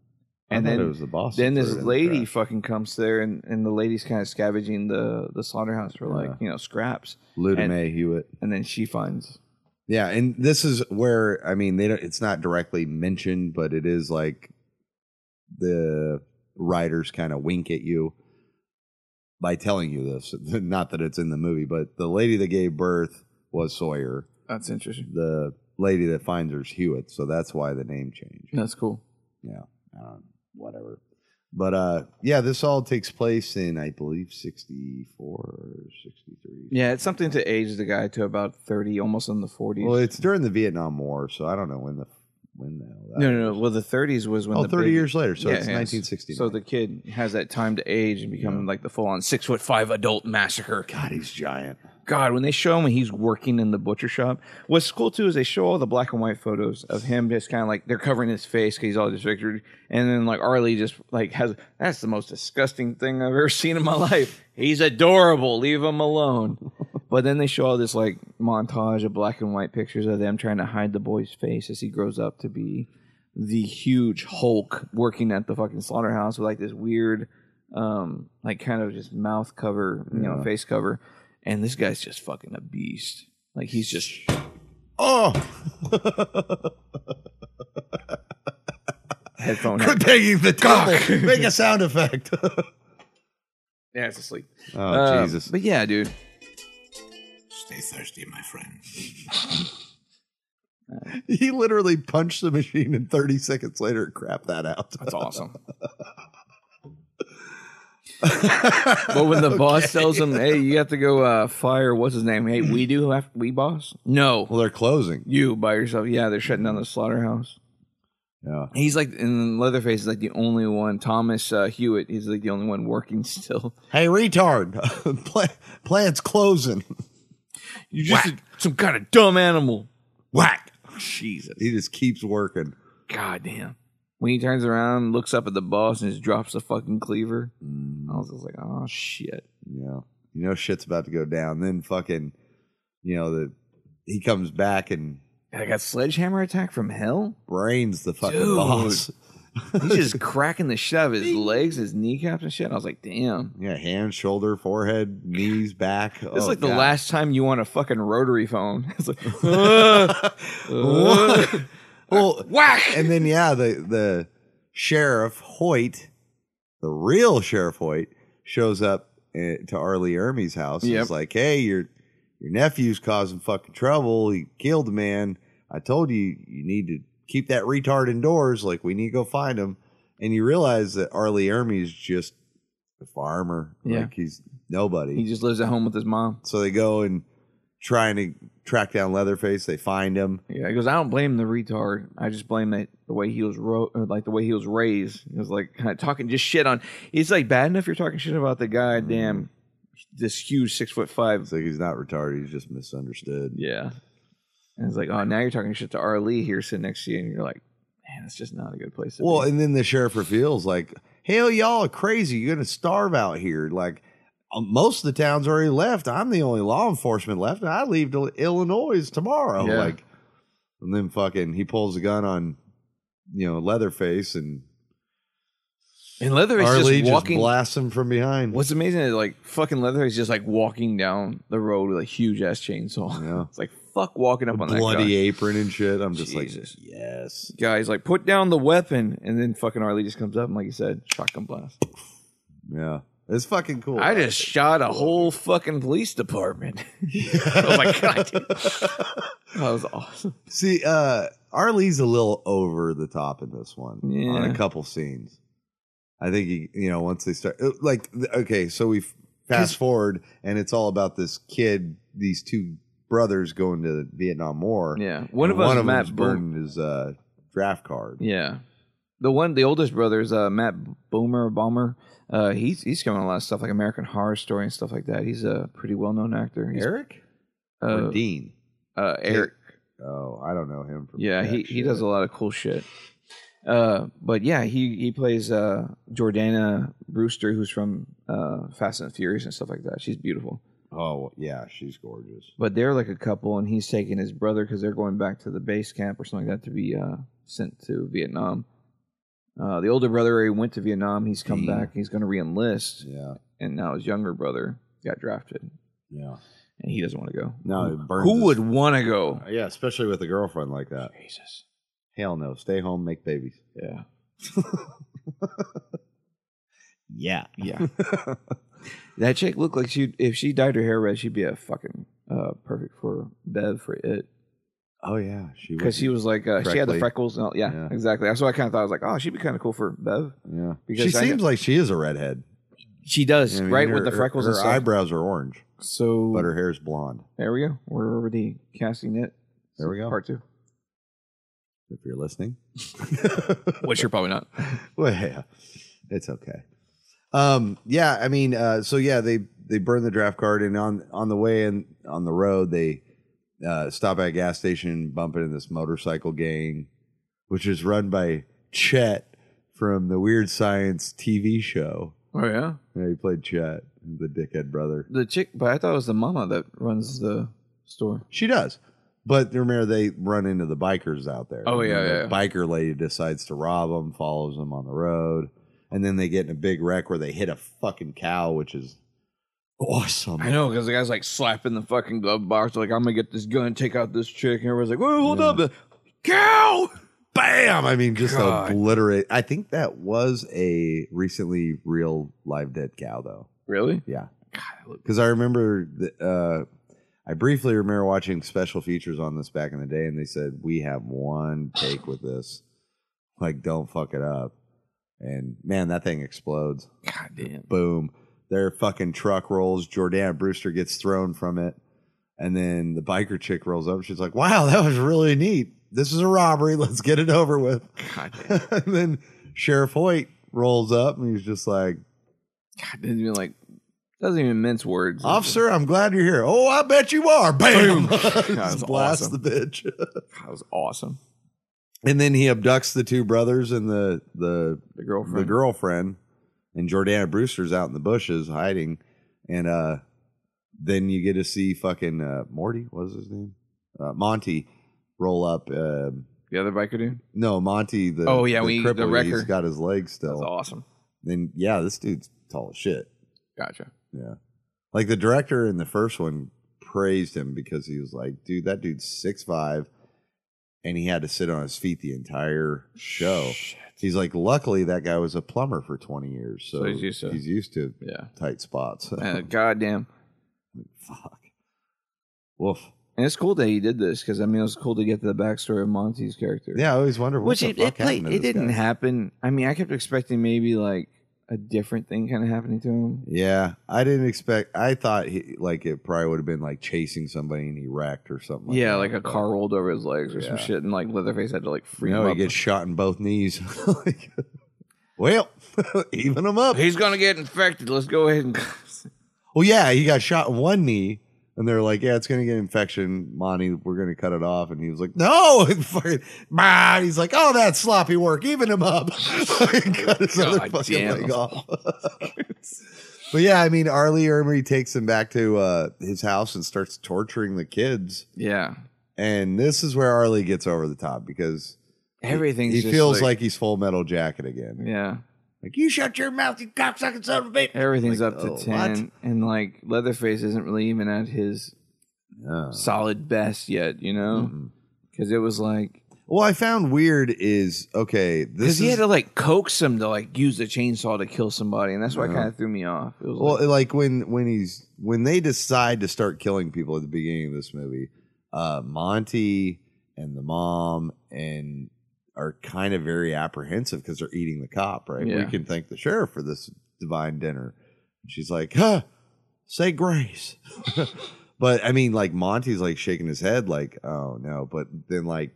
L: I
K: and
L: thought
K: then
L: it was the boss.
K: Then
L: that
K: this
L: threw it in the
K: lady
L: trash.
K: fucking comes there, and, and the lady's kind of scavenging the the slaughterhouse for like
L: Yeah.
K: you know scraps,
L: Luda
K: and-
L: May Hewitt.
K: and then she finds
L: Yeah, and this is where I mean they don't. It's not directly mentioned, but it is like the writers kind of wink at you by telling you this. Not that it's in the movie, but the lady that gave birth was Sawyer.
K: that's interesting.
L: The lady that finds her's Hewitt, so that's why the name changed.
K: That's cool.
L: Yeah, um, whatever. But uh, yeah, this all takes place in I believe sixty four or sixty three.
K: Yeah, it's something to age the guy to about thirty, almost in the forties.
L: Well, it's during the Vietnam War, so I don't know when the when the hell that
K: no, no, no. Well, the thirties was when
L: Oh,
K: the
L: 30
K: baby-
L: years later, so it's
K: so-
L: 1969.
K: So the kid has that time to age and become like the full on six foot five adult massacre.
L: God, he's giant.
K: God, when they show him when he's working in the butcher shop, what's cool too is they show all the black and white photos of him just kind of like they're covering his face because he's all disfigured, and then like Arlie just like has that's the most disgusting thing I've ever seen in my life. He's adorable, leave him alone. but then they show all this like montage of black and white pictures of them trying to hide the boy's face as he grows up to be the huge Hulk working at the fucking slaughterhouse with like this weird, um, like kind of just mouth cover, you know,
L: Yeah.
K: face cover. And this guy's just fucking a beast. Like he's just
L: Oh,
K: headphone.
L: quit banging the table. Make a sound effect.
K: yeah, it's asleep.
L: oh
K: Uh,
L: Jesus!
K: But yeah, dude.
C: Stay thirsty, my friend.
L: He literally punched the machine, and 30 seconds later, it crapped that out.
K: That's awesome. but when the boss tells him, "Hey, you have to go uh, fire what's his name? Hey, we do have we boss? No,
L: well, they're closing.
K: you by yourself. Yeah, they're shutting down the slaughterhouse.
L: Yeah.
K: He's like, and Leatherface is like the only one. Thomas uh, Hewitt is like the only one working still.
L: Hey, retard! Pla- plant's closing.
K: You're just some kind of dumb animal.
L: Whack!
K: Jesus,
L: He just keeps working.
K: goddamn. When he turns around, looks up at the boss, and just drops the fucking cleaver. I was just like, oh shit.
L: Yeah. You know shit's about to go down. Then fucking, you know, the he comes back and
K: I got sledgehammer attack from hell.
L: brains the fucking
K: Dude.
L: boss.
K: He's just cracking the shit out of his legs, his kneecaps and shit. And I was like, damn.
L: Yeah, hand, shoulder, forehead, knees, back.
K: This is
L: Oh,
K: like the
L: God.
K: last time you want a fucking rotary phone. It's like, "Ugh, ugh."
L: Well,
K: whack.
L: And then yeah, the the sheriff Hoyt, the real sheriff Hoyt, shows up eh, to Arlie Ermey's house. and
K: Yep.
L: It's like, hey, your your nephew's causing fucking trouble. He killed a man. I told you you need to keep that retard indoors. Like we need to go find him. And you realize that Arlie Ermey's just a farmer.
K: Yeah.
L: Like he's nobody.
K: He just lives at home with his mom.
L: So they go and trying to track down Leatherface. They find him.
K: Yeah, he goes. I don't blame the retard. I just blame that the way he was ro- uh, like the way he was raised. It was like kind of talking just shit on. It's like bad enough you're talking shit about the goddamn this huge six foot five. It's
L: like he's not retarded. He's just misunderstood.
K: Yeah, and it's like oh now you're talking shit to R. Lee here sitting next to you, and you're like, man, that's just not a good place to
L: Well,
K: be.
L: and then the sheriff reveals like, "Hell, y'all are crazy. You're gonna starve out here. Like, uh, most of the town's already left. I'm the only law enforcement left, and I leave to Illinois tomorrow."
K: Yeah.
L: Like, and then fucking he pulls a gun on, you know, Leatherface and
K: And Leatherface
L: Arlie
K: just
L: just
K: walking.
L: blasts him from behind.
K: What's amazing is like fucking Leatherface just like walking down the road with a huge ass chainsaw. it's like fuck walking up on that
L: bloody
K: guy.
L: apron and shit. I'm just
K: Jesus.
L: like, yes.
K: Guys, like put down the weapon, and then fucking Arlie just comes up and like you said, shotgun blast.
L: Yeah. It's fucking cool.
K: I just shot a whole fucking police department. oh my god, dude. that was awesome.
L: See, uh Arlie's a little over the top in this one on
K: Yeah.
L: a couple scenes. I think he, you know, once they start uh, like th- okay, so we f- fast forward and it's all about this kid, these two brothers going to the Vietnam War.
K: Yeah. One
L: And
K: of us,
L: one of
K: Matt
L: them's
K: Boom-
L: burning his uh draft card.
K: Yeah, the one, the oldest brother is uh, Matt Boomer Bomber. Uh, he's he's coming on a lot of stuff like American Horror Story and stuff like that. He's a pretty well known actor. He's-
L: Eric?
K: uh,
L: or Dean?
K: uh, Eric.
L: Oh, I don't know him from
K: Yeah,
L: that
K: he, he
L: shit.
K: does a lot of cool shit. Uh, but yeah, he he plays uh, Jordana Brewster, who's from uh, Fast and the Furious and stuff like that. She's beautiful.
L: Oh, yeah, she's gorgeous.
K: But they're like a couple, and he's taking his brother because they're going back to the base camp or something like that to be uh, sent to Vietnam. Uh, the older brother already went to Vietnam. He's come
L: Yeah.
K: back. He's going to re-enlist.
L: Yeah.
K: And now his younger brother got drafted,
L: Yeah.
K: and he doesn't want to go.
L: No, it burns
K: Who
L: his-
K: would want to go?
L: Uh, Yeah, especially with a girlfriend like that.
K: Jesus.
L: Hell no. Stay home, make babies.
K: Yeah.
L: Yeah.
K: Yeah. that chick looked like she if she dyed her hair red, she'd be a fucking uh, perfect for Bev for it
L: Oh yeah, she
K: because she was like uh, she had the
L: Freckly.
K: freckles. And all, yeah,
L: Yeah.
K: exactly. That's what I kind of thought. I was like, oh, she'd be kind of cool for Bev.
L: Yeah,
K: Because
L: she
K: I-
L: seems like she is a redhead.
K: She does
L: I mean,
K: right
L: her-
K: with the freckles
L: Her,
K: and
L: her
K: stuff.
L: eyebrows are orange,
K: So
L: but her hair is blonde.
K: there we go. We're already casting it.
L: There we go.
K: Part two.
L: If you're listening,
K: Which you're probably not.
L: well, yeah, it's okay. Um, yeah, I mean, uh, so yeah, they they burn the draft card, and on on the way and on the road, they uh, stop at a gas station, bump into this motorcycle gang, which is run by Chet from the Weird Science TV show.
K: Oh yeah.
L: Yeah, he played Chet, the dickhead brother.
K: The chick, but I thought it was the mama that runs the store.
L: She does. But remember, they run into the bikers out there.
K: Oh, yeah,
L: And the
K: yeah, yeah.
L: Biker lady decides to rob them, follows them on the road, and then they get in a big wreck where they hit a fucking cow, which is awesome.
K: I know because the guy's like slapping the fucking glove box, like I'm gonna get this gun, take out this chick, and everybody's like, "Whoa, hold up, uh, cow!"
L: Bam! I mean, just
K: God.
L: obliterate. I think that was a recently real live dead cow, though.
K: Really?
L: Yeah. Because I remember, the, uh, I briefly remember watching special features on this back in the day, and they said we have one take with this, like don't fuck it up. And man, that thing explodes.
K: God damn.
L: Boom! Their fucking truck rolls. Jordana Brewster gets thrown from it, and then the biker chick rolls up. She's like, "Wow, that was really neat. This is a robbery. Let's get it over with."
K: God
L: and then Sheriff Hoyt rolls up, and he's just like,
K: God, doesn't even like doesn't even mince words.
L: Officer, I'm glad you're here. Oh, I bet you are. Bam!
K: That's
L: Just blast
K: awesome.
L: the bitch.
K: that was awesome.
L: and then he abducts the two brothers and the the,
K: The girlfriend.
L: the girlfriend. And Jordana Brewster's out in the bushes hiding. And uh then you get to see fucking uh Morty, what was his name? Uh, Monty roll up uh,
K: The other biker dude.
L: no Monty the
K: Oh, yeah,
L: the
K: we- the
L: cripple,
K: wrecker.
L: he's got his legs
K: That was
L: still.
K: awesome.
L: Then yeah, this dude's tall as shit.
K: Gotcha.
L: Yeah. Like the director in the first one praised him because he was like, dude, that dude's six five. and he had to sit on his feet the entire show. He's like, luckily that guy was a plumber for twenty years, so,
K: So he's used to-
L: he's used to
K: yeah.
L: tight spots.
K: Uh, goddamn.
L: Fuck. Woof.
K: And it's cool that he did this because I mean it was cool to get the backstory of Monty's character.
L: Yeah, I always wonder what
K: Which
L: the
K: it, it, like,
L: fuck happened to
K: it
L: this
K: didn't
L: guy.
K: happen. I mean, I kept expecting maybe like a different thing kind of happening to him.
L: Yeah, I didn't expect. I thought he, like it probably would have been like chasing somebody and he wrecked or something. Like
K: yeah,
L: that.
K: like a car rolled over his legs or some
L: Yeah.
K: shit, and like Leatherface had to like free
L: no,
K: him
L: he
K: up.
L: gets shot in both knees. Like, well, even him up.
K: He's gonna get infected. Let's go ahead and.
L: Well, yeah, he got shot in one knee, and they're like, "Yeah, it's gonna get infection, Monty. We're gonna cut it off." And he was like, "No!" And fucking, bah! And he's like, "Oh, that's sloppy work. Even him up." Fucking cut his other
K: God
L: fucking
K: damn.
L: leg off. but yeah, I mean, Arlie Ermery takes him back to uh, his house and starts torturing the kids.
K: yeah,
L: And this is where Arlie gets over the top because he-
K: Everything's
L: He
K: just
L: feels like,
K: like-
L: he's full metal jacket again.
K: yeah.
L: Like you shut your mouth, you cocksucking son of a bitch.
K: Everything's
L: Like,
K: up to
L: oh,
K: ten,
L: what?
K: and like Leatherface isn't really even at his solid best yet, you know? Because it was like
L: Well, I found weird is okay. This
K: because
L: is,
K: he had to like coax him to like use the chainsaw to kill somebody, and that's what
L: Yeah.
K: kind of threw me off. It was
L: Well,
K: like,
L: like when when he's when they decide to start killing people at the beginning of this movie, uh, Monty and the mom and are kind of very apprehensive because they're eating the cop. Right?
K: Yeah.
L: We can thank the sheriff for this divine dinner. She's like, huh, say grace. but I mean, like Monty's like shaking his head, like, oh no. But then like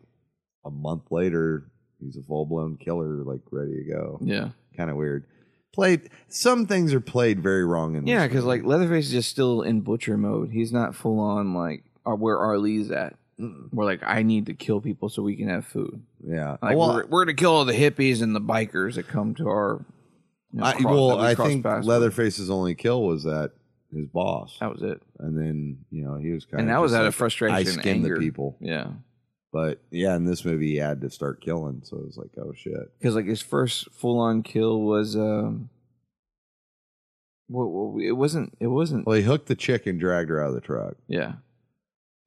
L: a month later, he's a full blown killer, like ready to go.
K: Yeah.
L: kind of weird. Played some things are played very wrong in
K: yeah,
L: this
K: because like Leatherface is just still in butcher mode. He's not full on like uh, where Arlie's at. We're like, I need to kill people so we can have food.
L: Yeah.
K: Like
L: Well,
K: we're, we're gonna kill all the hippies and the bikers that come to our. you know,
L: I,
K: cro- that
L: well,
K: we
L: I
K: cross
L: think
K: paths with.
L: Leatherface's only kill was that his boss.
K: That was it.
L: And then you know he was kind
K: And
L: of
K: that was out
L: like,
K: of frustration
L: I
K: and
L: skinned
K: anger.
L: the people.
K: Yeah.
L: But yeah, in this movie he had to start killing, so it was like, oh shit.
K: because like his first full on kill was um, what, what- it wasn't it wasn't
L: Well, he hooked the chick and dragged her out of the truck,
K: yeah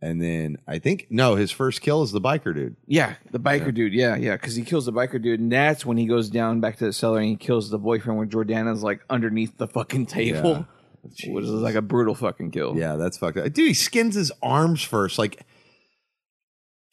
L: and then I think no, his first kill is the biker dude.
K: yeah the biker dude yeah yeah because he kills the biker dude and that's when he goes down back to the cellar and he kills the boyfriend when Jordana's like underneath the fucking table, which is like a brutal fucking kill.
L: Yeah, that's fucked up. Dude, he skins his arms first. Like,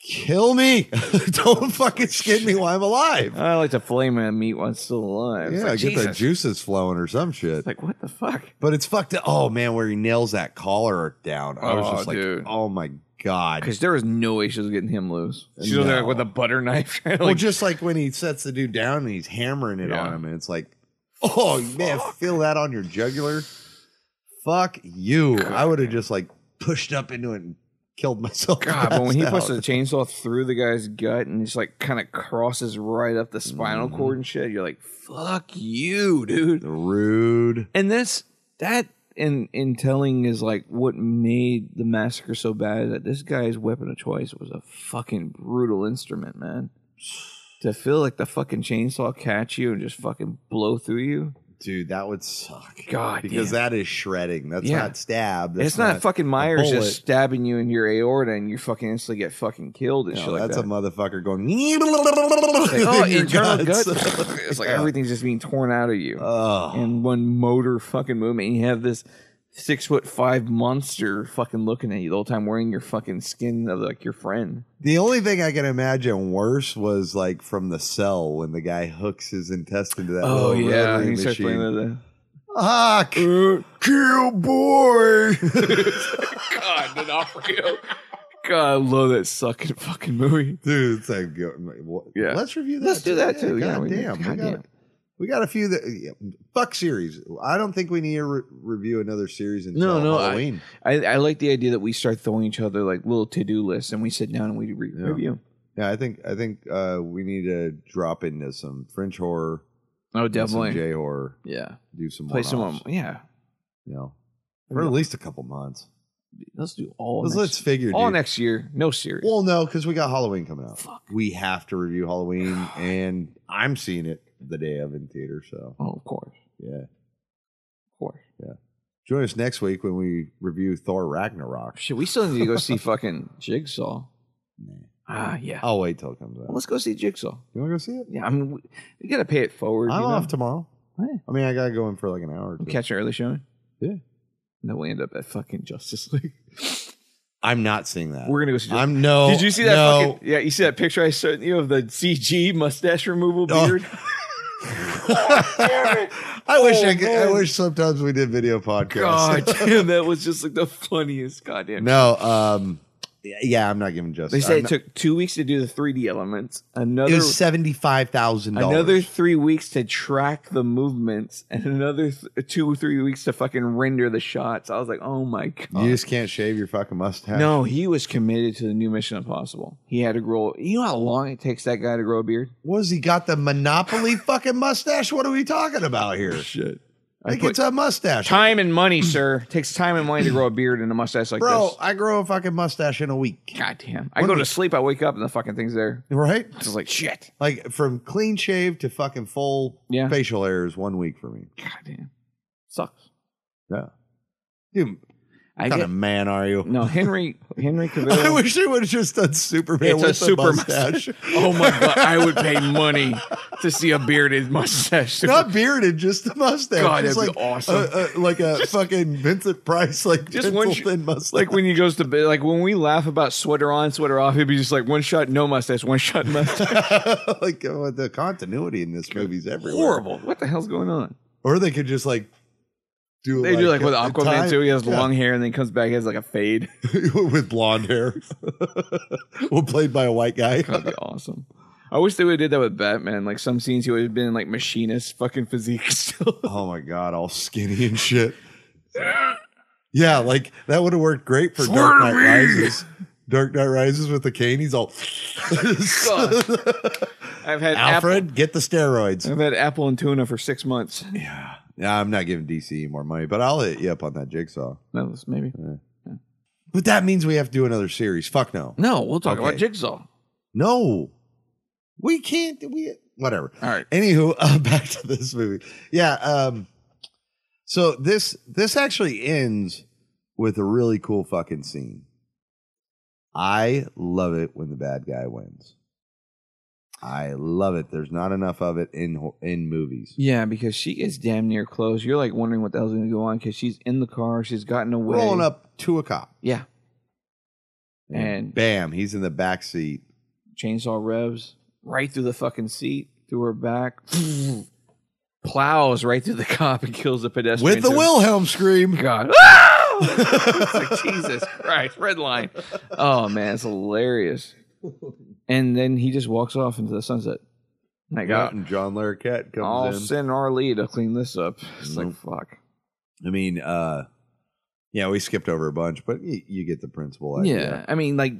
L: kill me! Don't fucking skin me while I'm alive.
K: I like to fillet my meat while it's still alive. It's
L: Yeah,
K: like,
L: get the
K: Jesus.
L: juices flowing or some shit.
K: It's like what the fuck?
L: But it's fucked up. Oh man, where he nails that collar down. I was
K: Oh,
L: just like,
K: dude.
L: oh my god.
K: Because there was no way she was getting him loose. She was
L: No.
K: like with a butter knife. trying to,
L: well,
K: like-
L: just like when he sets the dude down and he's hammering it
K: Yeah.
L: on him, and it's like, oh man, feel that on your jugular. Fuck you. I would have just like pushed up into it and killed myself.
K: God, but when he
L: passed
K: puts the
L: out.
K: chainsaw through the guy's gut and just like kind of crosses right up the spinal
L: Mm-hmm.
K: cord and shit, you're like, "Fuck you, dude."
L: rude.
K: And this, that, in in telling is like what made the massacre so bad. is That this guy's weapon of choice was a fucking brutal instrument, man. To feel like the fucking chainsaw catch you and just fucking blow through you.
L: Dude, that would suck.
K: God
L: because
K: damn.
L: that is shredding. That's
K: Yeah.
L: not stab. That's
K: It's not, fucking
L: a
K: Myers
L: bullet.
K: just stabbing you in your aorta and you fucking instantly get fucking killed and
L: No,
K: shit like
L: that's
K: that.
L: a motherfucker going.
K: It's like, oh,
L: in your
K: internal
L: guts.
K: gut. it's like everything's just being torn out of you in one motor fucking movement. And you have this six foot five monster fucking looking at you the whole time, wearing your fucking skin of like your friend.
L: The only thing I can imagine worse was like from the cell when the guy hooks his intestine to that.
K: oh
L: little
K: yeah,
L: rotary
K: and he starts playing
L: machine.
K: with Uh,
L: Ah, c- kill boy.
K: the God, D'Onofrio. God, I love that sucking fucking movie.
L: Dude, it's like, go- what-
K: Yeah.
L: let's review that.
K: Let's do that too. Yeah,
L: God
K: we-
L: damn. We,
K: goddamn.
L: got, we got a few that. yeah, Fuck series. I don't think we need to re- review another series until
K: No, no, I,
L: Halloween.
K: I, I like the idea that we start throwing each other like little to do lists, and we sit down and we re- review.
L: yeah, I think I think uh, we need to drop into some French horror.
K: Oh,
L: and some
K: definitely.
L: J horror.
K: Yeah,
L: Do some
K: play some. um,
L: one-offs,
K: of 'em. Yeah,
L: You know, for at least a couple months.
K: let's do all.
L: Let's,
K: next-
L: let's figure.
K: all
L: dude.
K: next year. No series.
L: Well, no, because we got Halloween coming up. We have to review Halloween, and I'm seeing it the day of in theater. So
K: Oh, of course,
L: yeah,
K: of course.
L: join us next week when we review Thor Ragnarok.
K: Shit, we still need to go see fucking Jigsaw. Ah, yeah.
L: I'll wait till it comes out.
K: Well, let's go see Jigsaw.
L: You want to go see it?
K: Yeah, I mean, we, we got to pay it forward.
L: I'm
K: you know?
L: off tomorrow. I mean, I gotta go in for like an hour. Or two.
K: Catch an early showing.
L: Yeah.
K: No, we end up at fucking Justice League.
L: I'm not seeing that.
K: We're gonna go see.
L: I'm no.
K: Did you see that?
L: no.
K: Fucking, yeah, you see that picture I sent you of the CG mustache removal
L: Oh.
K: beard?
L: I wish
K: Oh,
L: I could, I
K: man.
L: wish sometimes we did video podcasts.
K: God damn, that was just like the funniest goddamn. Uh,
L: no. Um. Yeah, I'm not giving justice.
K: They say
L: I'm
K: it
L: not-
K: took two weeks to do the 3D elements.
L: It
K: Another
L: was seventy five thousand dollars.
K: another three weeks to track the movements, and another th- two or three weeks to fucking render the shots. I was like, oh my god.
L: You just can't shave your fucking mustache.
K: No, he was committed to the new Mission Impossible. He had to grow. You know how long it takes that guy to grow a beard?
L: What has he got the monopoly fucking mustache? What are we talking about here?
K: Shit.
L: I
K: I
L: think
K: put
L: it's a mustache.
K: time and money, sir. takes time and money to grow a beard and a mustache like
L: Bro,
K: this.
L: I grow a fucking mustache in a week.
K: God damn. I go to sleep, I wake up, and the fucking thing's there.
L: Right?
K: I was like, shit.
L: Like from clean shave to fucking full
K: Yeah.
L: facial hair is one week for me.
K: God damn. Sucks.
L: Yeah. Dude,
K: I
L: what kind
K: get,
L: of man are you?
K: no, Henry Henry Cavill.
L: I wish they would have just done Superman with a mustache.
K: oh my god, I would pay money to see a bearded mustache.
L: Not bearded, just the mustache.
K: God,
L: Just
K: that'd be
L: like,
K: awesome.
L: uh, uh, like a fucking Vincent Price, like
K: Just
L: just
K: one
L: one
K: sh-
L: thin mustache.
K: like when he goes to bed, like when we laugh about sweater on, sweater off, he'd be just like one shot, no mustache, one shot mustache.
L: like uh, the continuity in this movie's everywhere.
K: Horrible. What the hell's going on?
L: Or they could just like do
K: They do like with
L: a- a
K: Aquaman
L: uh, tie-
K: too. He has
L: yeah,
K: long hair and then comes back, he has like a fade.
L: with blonde hair. well, played by a white guy.
K: That'd be awesome. I wish they would have did that with Batman. Like some scenes, he would have been like machinist fucking physique still.
L: oh my god, all skinny and shit. Yeah, like that would have worked great for Dark Knight Rises. Dark Knight Rises with the cane. He's all
K: I've had
L: Alfred,
K: Apple,
L: get the steroids.
K: I've had apple and tuna for six months.
L: Yeah, I'm not giving DC any more money, but I'll hit you up on that jigsaw.
K: That was maybe.
L: But that means we have to do another series. Fuck no.
K: No, we'll talk
L: Okay.
K: about Jigsaw.
L: No, we can't. We whatever.
K: All right.
L: Anywho, uh, back to this movie. Yeah. Um. So this this actually ends with a really cool fucking scene. I love it when the bad guy wins. I love it. There's not enough of it in ho- in movies.
K: Yeah, because she gets damn near close. You're like wondering what the hell's going to go on because she's in the car. She's gotten away.
L: Rolling up to a cop,
K: Yeah. And
L: bam, he's in the back seat.
K: chainsaw revs right through the fucking seat, through her back. Plows right through the cop and kills the pedestrian.
L: With the
K: too.
L: Wilhelm scream,
K: God. Ah! It's like, Jesus Christ, red line. Oh man, it's hilarious. And then he just walks off into the sunset. And I got
L: and John Larroquette comes
K: I'll
L: in.
K: send Arlie to clean this up. It's like
L: Nope.
K: fuck.
L: I mean, uh, yeah, we skipped over a bunch, but you, you get the principle.
K: yeah.
L: Idea.
K: I mean, like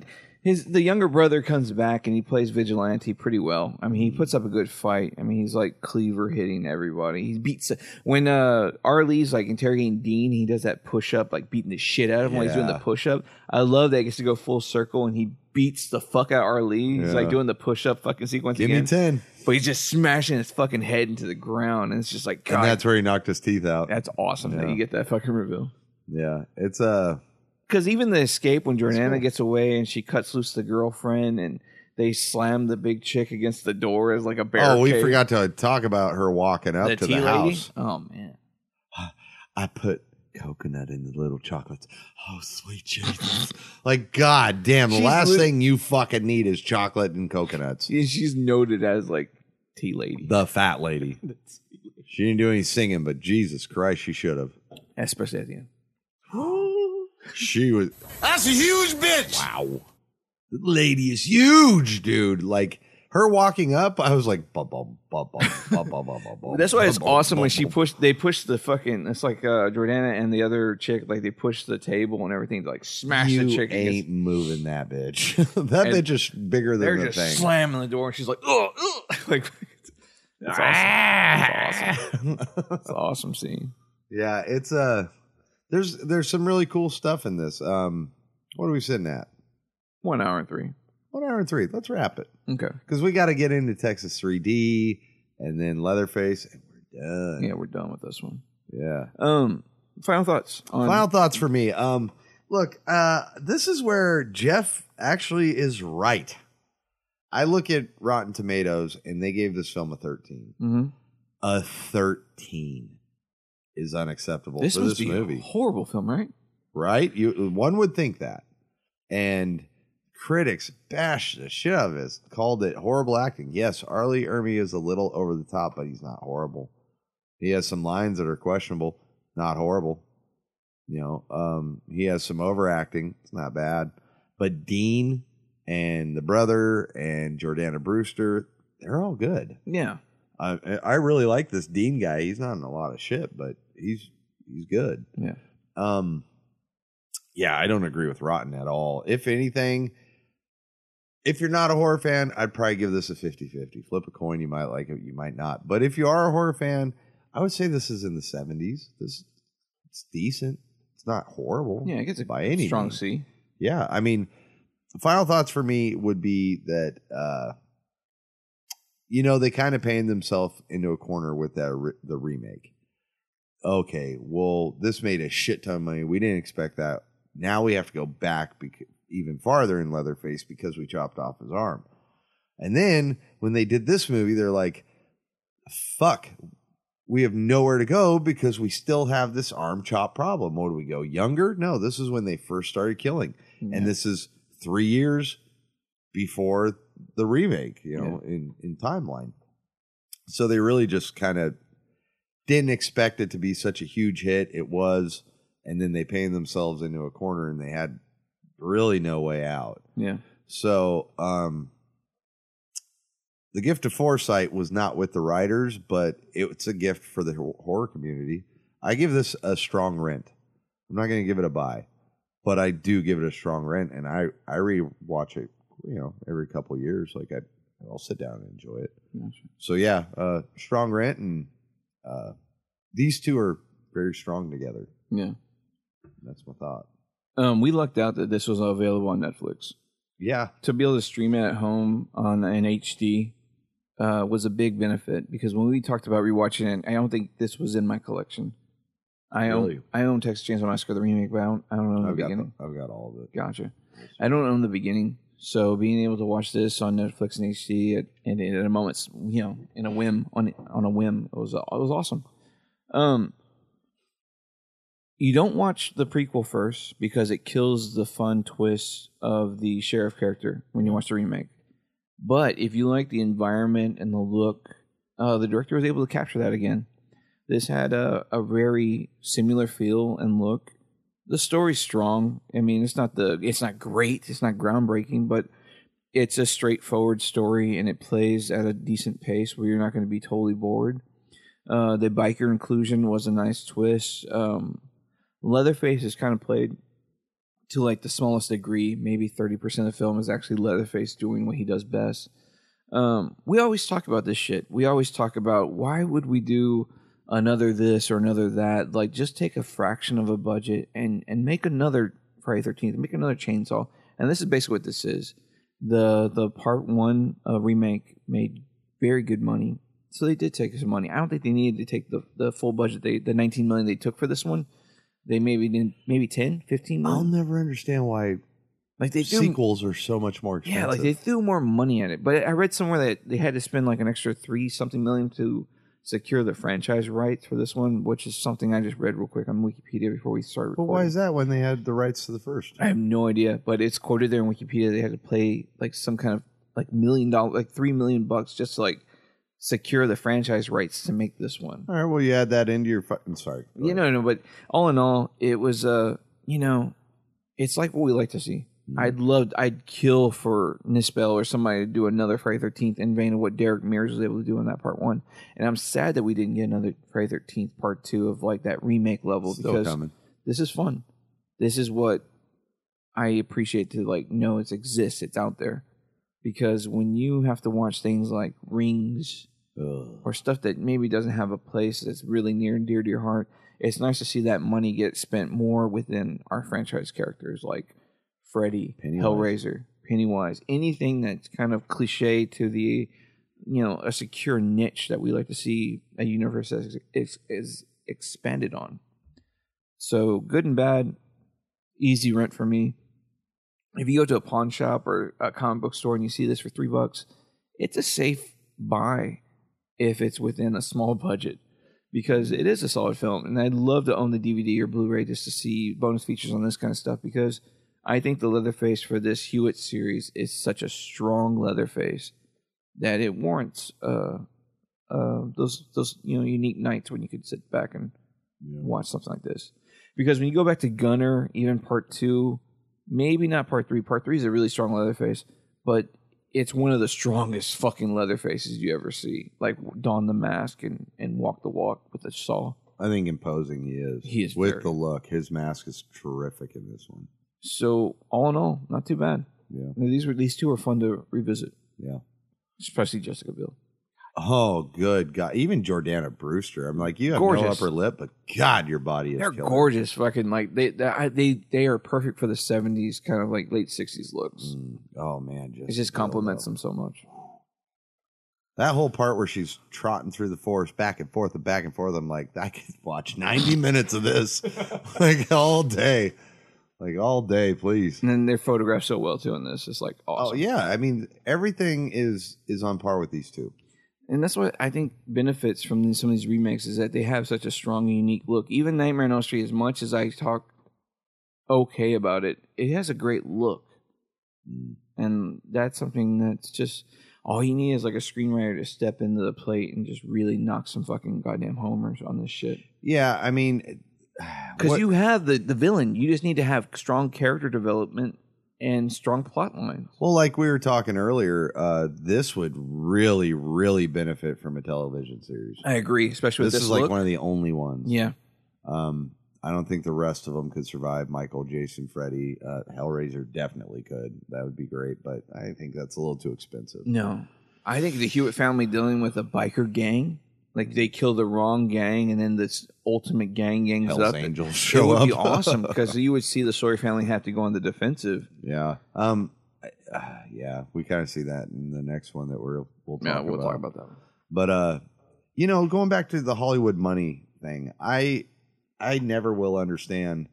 K: his the younger brother comes back and he plays vigilante pretty well. I mean, he
L: Mm-hmm.
K: puts up a good fight. I mean, he's like cleaver hitting everybody. He beats when uh Arlie's like interrogating Dean. He does that push up, like beating the shit out of him while he's doing the
L: Yeah.
K: push up. I love that he gets to go full circle and he beats the fuck out of Arlie. He's like
L: Yeah.
K: doing the push up fucking sequence
L: Give
K: again,
L: me 10.
K: but he's just smashing his fucking head into the ground, and it's just like God,
L: And
K: that's
L: that's where he knocked his teeth out.
K: that's awesome that
L: Yeah.
K: you get that fucking reveal.
L: yeah. It's uh,
K: because even the escape when Jordana gets away and she cuts loose the girlfriend and they slam the big chick against the door as like a barricade.
L: oh, we forgot to talk about her walking up to
K: tea
L: the
K: lady?
L: house.
K: Oh man,
L: I put coconut in the little chocolates. Oh, sweet Jesus. like, God damn, the
K: She's
L: last
K: lit-
L: thing you fucking need is chocolate and coconuts.
K: She- she's noted as like tea lady,
L: The fat lady. She didn't do any singing, but Jesus Christ, she should have.
K: especially at the end.
L: She was. That's a huge bitch. Wow. The lady is huge, dude. Like her walking up, I was like, bum, bum, bum, bum, bum, bum, bum, bum, bum,
K: That's why it's
L: bum,
K: awesome
L: bum,
K: when she
L: bum.
K: pushed. They pushed the fucking. It's like uh, Jordana and the other chick. Like they pushed the table and everything. to, Like smash
L: You
K: the chick. against-
L: ain't moving that bitch. that
K: And
L: bitch is bigger
K: they're
L: than the
K: just
L: thing.
K: slamming the door, and she's like, "Oh, like it's it's awesome. It's awesome. It's an awesome scene.
L: yeah, it's Uh, there's there's some really cool stuff in this. Um, what are we sitting at?
K: One hour and three.
L: One hour and three. Let's wrap it
K: Okay.
L: because we got to get into Texas 3D and then Leatherface, and we're done.
K: Yeah, we're done with this one.
L: yeah.
K: Um, final thoughts on
L: Final thoughts for me. Um, look, uh, this is where Jeff actually is right. I look at Rotten Tomatoes and they gave this film a 13.
K: Mm-hmm.
L: A 13 is unacceptable
K: This
L: for
K: must
L: this
K: be a
L: movie.
K: horrible film, right?
L: Right? You one would think that. And critics bashed the shit out of this, called it horrible acting. Yes, Arlie Ermy is a little over the top, but he's not horrible. He has some lines that are questionable, not horrible. You know, um, he has some overacting. It's not bad. But Dean and the brother and Jordana Brewster, they're all good.
K: Yeah.
L: I I really like this Dean guy. He's not in a lot of shit, but he's he's good.
K: Yeah.
L: Um yeah, I don't agree with Rotten at all. If anything, if you're not a horror fan, I'd probably give this a 50-50. Flip a coin, you might like it, you might not. But if you are a horror fan, I would say this is in the 70s. This it's decent. It's not horrible.
K: Yeah, it gets a
L: by any
K: strong
L: means.
K: C.
L: Yeah, I mean, final thoughts for me would be that uh you know they kind of painted themselves into a corner with that re- the remake. Okay, well, this made a shit ton of money. We didn't expect that. Now we have to go back bec- even farther in Leatherface because we chopped off his arm. And then when they did this movie, they're like, "Fuck, we have nowhere to go because we still have this arm chop problem. Where do we go? Younger? No, this is when they first started killing. And this is three years before the remake, you know, in, in timeline. So they really just kind of didn't expect it to be such a huge hit. It was. And then they painted themselves into a corner and they had really no way out.
K: Yeah.
L: So, um, the gift of foresight was not with the writers, but it's a gift for the hor- horror community. I give this a strong rent. I'm not going to give it a buy, but I do give it a strong rent, and I I rewatch it, you know, every couple years. Like I, I'll sit down and enjoy it.
K: Gotcha.
L: So yeah, uh, strong rent, and uh, these two are very strong together.
K: Yeah.
L: That's my thought.
K: Um, we lucked out that this was available on Netflix.
L: Yeah.
K: To be able to stream it at home on an HD uh, was a big benefit because when we talked about rewatching it, I don't think this was in my collection. I
L: Really?
K: own I own Texas Chainsaw Massacre the remake, but I don't I don't own the
L: I've got
K: beginning.
L: the- I've got all of it.
K: Gotcha. I don't own the beginning, so being able to watch this on Netflix and HD at and at a moment's you know in a whim on on a whim it was it was awesome. Um, you don't watch the prequel first because it kills the fun twist of the sheriff character when you watch the remake. But if you like the environment and the look, uh, the director was able to capture that again. This had a, a very similar feel and look the story's strong. I mean, it's not the it's not great, it's not groundbreaking, but it's a straightforward story and it plays at a decent pace where you're not going to be totally bored. Uh, the biker inclusion was a nice twist. Um, Leatherface is kind of played to like the smallest degree. Maybe thirty percent of the film is actually Leatherface doing what he does best. Um, we always talk about this shit. We always talk about why would we do another this or another that? Like just take a fraction of a budget and and make another Friday Thirteenth, make another Chainsaw. And this is basically what this is. The the part one uh, remake made very good money, so they did take some money. I don't think they needed to take the the full budget. They the nineteen million they took for this one. They maybe didn't, maybe 10, 15 million.
L: I'll never understand why
K: like they do-
L: sequels are so much more expensive.
K: Yeah, like they threw more money at it. But I read somewhere that they had to spend like an extra three something million to secure the franchise rights for this one, which is something I just read real quick on Wikipedia before we started.
L: but
K: Recording.
L: why is that when they had the rights to the first?
K: I have no idea, but it's quoted there in Wikipedia. They had to pay like some kind of like million dollar, like three million bucks just to like secure the franchise rights to make this one.
L: All right, well, you add that into your fucking. Sorry. Go
K: You know, no, but all in all, it was uh, you know, it's like what we like to see.
L: Mm-hmm.
K: I'd love, I'd kill for Nispel or somebody to do another Friday Thirteenth in vain of what Derek Mears was able to do in that part one. And I'm sad that we didn't get another Friday Thirteenth part two of like that remake level
L: Still
K: because
L: coming.
K: this is fun. This is what I appreciate to like know it exists. It's out there because when you have to watch things like rings or stuff that maybe doesn't have a place that's really near and dear to your heart, it's nice to see that money get spent more within our franchise characters like Freddy, Hellraiser, Pennywise, anything that's kind of cliche to the you know a secure niche that we like to see a universe that is, is, is expanded on. So good and bad, easy rent for me. if you go to a pawn shop or a comic book store and you see this for three bucks, it's a safe buy if it's within a small budget because it is a solid film. And I'd love to own the DVD or Blu ray just to see bonus features on this kind of stuff because I think the Leatherface for this Hewitt series is such a strong Leatherface that it warrants uh, uh, those those you know unique nights when you could sit back and watch something like this. Because when you go back to Gunner, even part two, maybe not part three. Part three is a really strong Leatherface, but it's one of the strongest fucking leather faces you ever see. Like don the mask and and walk the walk with a saw.
L: I think imposing he is.
K: He is
L: with
K: very-
L: the look. His mask is terrific in this one.
K: So all in all, not too bad.
L: Yeah.
K: I mean, these were these two are fun to revisit,
L: Yeah.
K: especially Jessica Biel.
L: Oh, good God! Even Jordana Brewster. I'm like, you have no
K: Gorgeous.
L: upper lip, but God, your body is.
K: They're
L: killer.
K: gorgeous, fucking like they they I- they, they are perfect for the seventies kind of like late sixties looks.
L: oh man,
K: it just compliments them so much.
L: That whole part where she's trotting through the forest back and forth and back and forth. I'm like, I could watch 90 minutes of this like all day, like all day, please.
K: And then they're photographed so well too in this. It's like awesome.
L: Oh yeah, I mean everything is is on par with these two.
K: and that's what I think benefits from these- some of these remakes is that they have such a strong, unique look. Even Nightmare on Elm Street, as much as I talk okay about it, it has a great look, Mm. and that's something that's just all you need is like a screenwriter to step into the plate and just really knock some fucking goddamn homers on this shit.
L: Yeah, I mean,
K: Because
L: What-
K: you have the the villain, you just need to have strong character development and strong plot lines.
L: well, like we were talking earlier, uh, this would really, really benefit from a television series.
K: I agree, especially with
L: This
K: this
L: is like
K: look.
L: one of the only ones.
K: yeah.
L: Um, I don't think the rest of them could survive. Michael, Jason, Freddy, uh, Hellraiser definitely could. That would be great, but I think that's a little too expensive.
K: No. I think the Hewitt family dealing with a biker gang, like they kill the wrong gang and then this ultimate gang gangs
L: Hell's
K: up.
L: Angels
K: it,
L: show
K: would be
L: up.
K: awesome because you would see the Sawyer family have to go on the defensive.
L: Yeah. Um. I- Uh, yeah, we kind of see that in the next one that we're we'll talk
K: Yeah, we'll
L: about.
K: talk about that one.
L: But uh, you know, going back to the Hollywood money thing, I I never will understand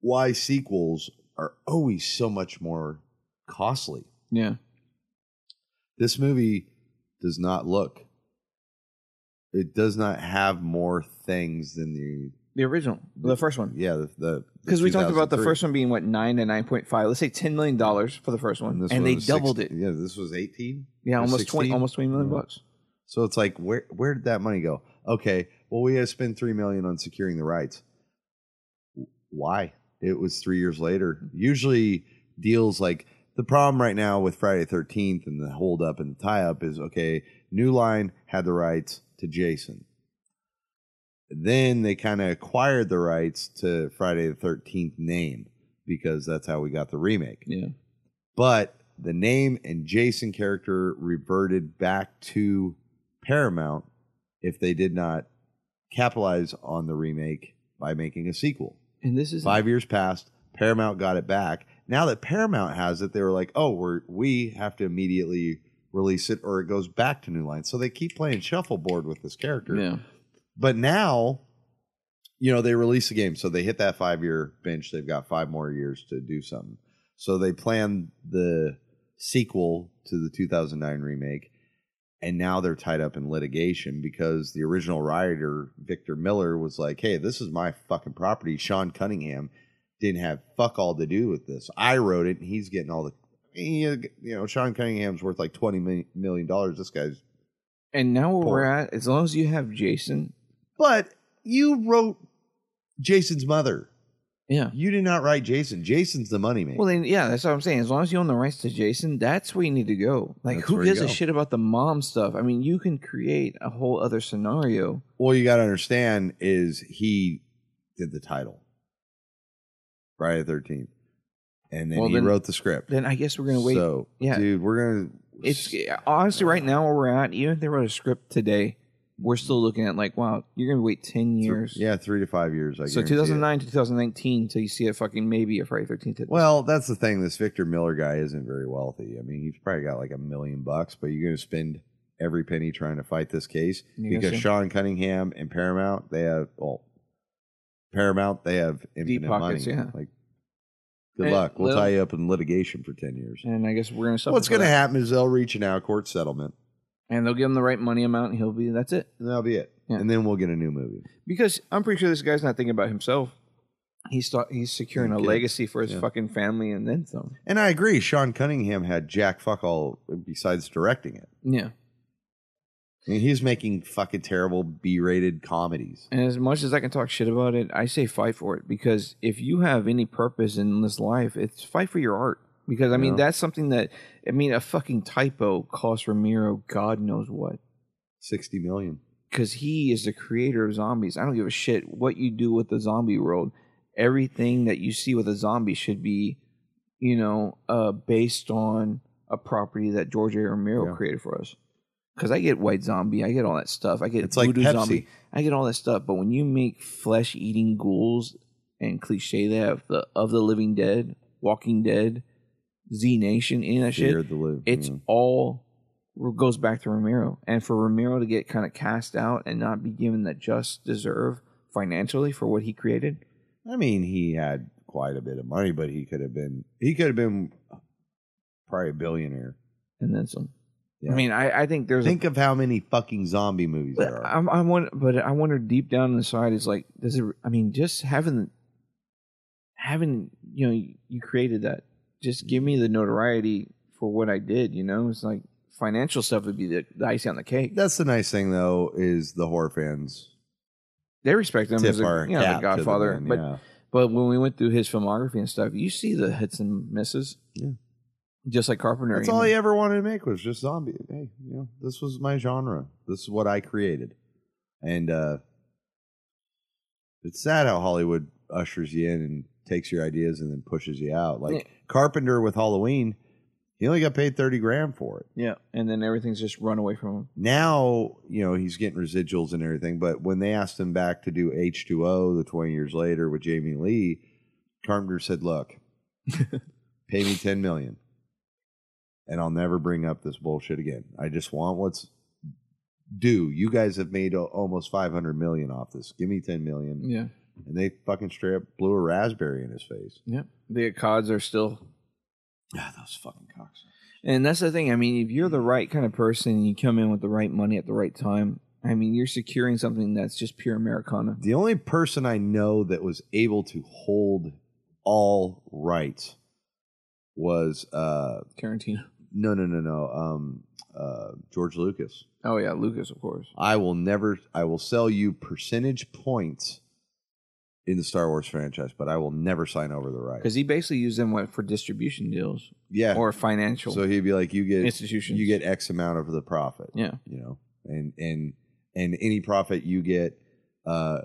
L: why sequels are always so much more costly.
K: Yeah.
L: This movie does not look. It does not have more things than the
K: The original, the first one.
L: yeah the- the
K: Because we talked about the
L: 2003.
K: first one being what nine to nine point five. Let's say ten million dollars for the first one,
L: this
K: and
L: one
K: they
L: was
K: doubled it.
L: 16 Yeah, this was eighteen.
K: Yeah,
L: or
K: almost twenty,
L: 16?
K: almost twenty million bucks.
L: So it's like, where where did that money go? Okay, well, we had to spend three million on securing the rights. W- Why? It was three years later. Usually, deals like the problem right now with Friday Thirteenth and the hold up and the tie up is okay. New Line had the rights to Jason. Then they kind of acquired the rights to Friday the Thirteenth name because that's how we got the remake
K: Yeah,
L: but the name and Jason character reverted back to Paramount if they did not capitalize on the remake by making a sequel.
K: and this is
L: Five years passed, Paramount got it back. Now that Paramount has it, they were like, "Oh, we're we have to immediately release it, or it goes back to New Line." So they keep playing shuffleboard with this character.
K: yeah.
L: But now, you know, they release the game. So they hit that five year bench. They've got five more years to do something. So they planned the sequel to the 2009 remake. And now they're tied up in litigation because the original writer, Victor Miller, was like, hey, this is my fucking property. Sean Cunningham didn't have fuck all to do with this. I wrote it and he's getting all the. he- You know, Sean Cunningham's worth like $20 million. This guy's
K: And now where
L: Poor.
K: we're at, as long as you have Jason,
L: But you wrote Jason's mother.
K: yeah,
L: You did not write Jason. Jason's the money man.
K: Well, then, yeah, that's what I'm saying. As long as you own the rights to Jason, that's where you need to go. Like,
L: That's
K: who
L: where you
K: gives a
L: go.
K: shit about the mom stuff? I mean, you can create a whole other scenario.
L: Well, you got to understand is he did the title, Friday the Thirteenth, and then
K: Well,
L: he
K: then-
L: wrote the script.
K: Then I guess we're gonna wait.
L: So,
K: yeah,
L: dude, we're gonna.
K: it's honestly right now where we're at. Even if they wrote a script today, we're still looking at like, wow, you're gonna wait ten years.
L: yeah, three to five years. I
K: so
L: guarantee it.
K: 2009 to 2019 till you see a fucking maybe a Friday 13th. hit.
L: Well, that's the thing. This Victor Miller guy isn't very wealthy. I mean, he's probably got like a million bucks, but you're going to spend every penny trying to fight this case
K: You guess
L: because
K: so?
L: Sean Cunningham and Paramount, they have well, Paramount, they have infinite
K: pockets,
L: money.
K: yeah.
L: Like Good
K: Hey,
L: luck. We'll
K: Lil.
L: tie you up in litigation for 10 years.
K: And I guess we're gonna. suffer
L: What's
K: for
L: going to
K: that.
L: happen is they'll reach an out of court settlement.
K: And they'll give him the right money amount, and he'll be. That's it.
L: And that'll be it. And then we'll get a new movie.
K: Because I'm pretty sure this guy's not thinking about himself. He's thought he's securing a
L: Kids.
K: legacy for his
L: Yeah.
K: fucking family and then some.
L: And I agree. Sean Cunningham had Jack fuck all besides directing it.
K: Yeah.
L: I mean, he's making fucking terrible B rated comedies.
K: And as much as I can talk shit about it, I say fight for it because if you have any purpose in this life, it's fight for your art. Because I mean,
L: Yeah.
K: that's something that I mean, a fucking typo cost Ramiro God knows what
L: 60 million.
K: because he is the creator of zombies. I don't give a shit what you do with the zombie world. Everything that you see with a zombie should be, you know, uh, based on a property that George A. Romero created for us. Because I get white zombie, I get all that stuff. I get
L: It's like
K: voodoo
L: Pepsi.
K: zombie, I get all that stuff. But when you make flesh eating ghouls and cliche that of the of the living dead, Walking Dead, Z Nation, any of that
L: Fear
K: shit,
L: the Loop,
K: it's
L: yeah.
K: all goes back to Romero. And for Romero to get kind of cast out and not be given the just deserve financially for what he created,
L: I mean, he had quite a bit of money, but he could have been, he could have been probably a billionaire.
K: and then some.
L: Yeah.
K: I mean, I, I think there's a-
L: Think of how many fucking zombie movies
K: But
L: there are.
K: I'm, I wonder, but I wonder deep down inside is like, does it? I mean, just having, having you know, you created that. Just give me the notoriety for what I did. You know, it's like financial stuff would be the, the icing on the cake.
L: That's the nice thing, though, is the horror fans
K: They respect him
L: Tip
K: as a,
L: our
K: you know,
L: cap
K: the
L: to the
K: Godfather.
L: man,
K: but
L: yeah.
K: but when we went through his filmography and stuff, you see the hits and misses.
L: Yeah.
K: Just like Carpenter.
L: That's
K: you
L: all
K: know.
L: he ever wanted to make was just zombie. Hey, you know, this was my genre. This is what I created. And uh it's sad how Hollywood ushers you in and takes your ideas and then pushes you out. Like
K: Yeah.
L: Carpenter with Halloween, he only got paid 30 grand for it.
K: Yeah, and then everything's just run away from him.
L: Now, you know, he's getting residuals and everything, but when they asked him back to do H2O the 20 years later with Jamie Lee, Carpenter said, "Look, pay me 10 million and I'll never bring up this bullshit again. I just want what's due. You guys have made al- almost 500 million off this. Give me 10 million."
K: Yeah.
L: And they fucking straight up blew a raspberry in his face.
K: Yeah. The Akkads are still
L: Ah, those fucking cocks.
K: And that's the thing. I mean, if you're the right kind of person and you come in with the right money at the right time, I mean, you're securing something that's just pure Americana.
L: The only person I know that was able to hold all rights was uh
K: Tarantino.
L: no no no no um uh George Lucas.
K: Oh, yeah. Lucas, of course.
L: I will never I will sell you percentage points in the Star Wars franchise, but I will never sign over the rights.
K: Because he basically used them what, for distribution deals
L: Yeah.
K: or financial.
L: So he'd be like you get
K: Institutions.
L: you get X amount of the profit.
K: yeah.
L: You know. And and and any profit you get uh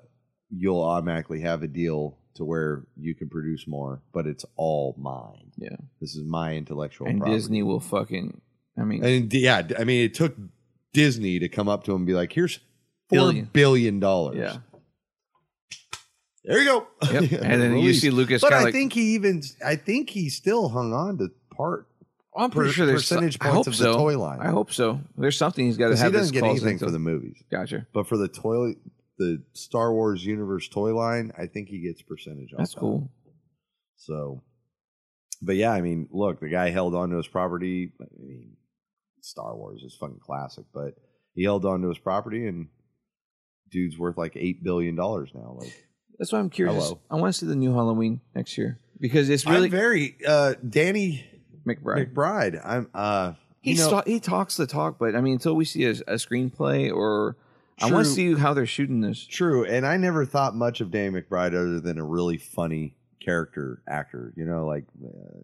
L: you'll automatically have a deal to where you can produce more, but it's all mine.
K: Yeah.
L: This is my intellectual
K: And
L: property.
K: Disney will fucking, I mean,
L: And d- yeah, d- I mean, it took Disney to come up to him and be like, "Here's four
K: Billion.
L: billion dollars."
K: yeah.
L: there you go.
K: Yep. And then you
L: Release.
K: see Lucas
L: But
K: kinda
L: I
K: like-
L: think he even, I think he still hung on to part.
K: I'm pretty
L: per-
K: sure there's
L: percentage
K: I
L: points
K: hope
L: of the
K: so.
L: toy line.
K: I hope so. There's something he's got to
L: 'Cause he
K: have. this
L: doesn't get
K: calls
L: anything
K: into.
L: for the movies,
K: Gotcha.
L: but for the toy, the Star Wars universe toy line, I think he gets percentage. off
K: That's
L: that.
K: cool.
L: So, but yeah, I mean, look, the guy held on to his property. I mean, Star Wars is fucking classic, but he held on to his property, and dude's worth like eight billion dollars now. Like,
K: That's why I'm curious.
L: Hello.
K: I want to see the new Halloween next year because it's really
L: I'm very uh, Danny
K: McBride.
L: McBride. I'm uh,
K: He
L: you know,
K: sta- he talks the talk, but I mean, until we see a, a screenplay or I want to
L: True.
K: see how they're shooting this.
L: true, and I never thought much of Danny McBride other than a really funny character actor. You know, like uh,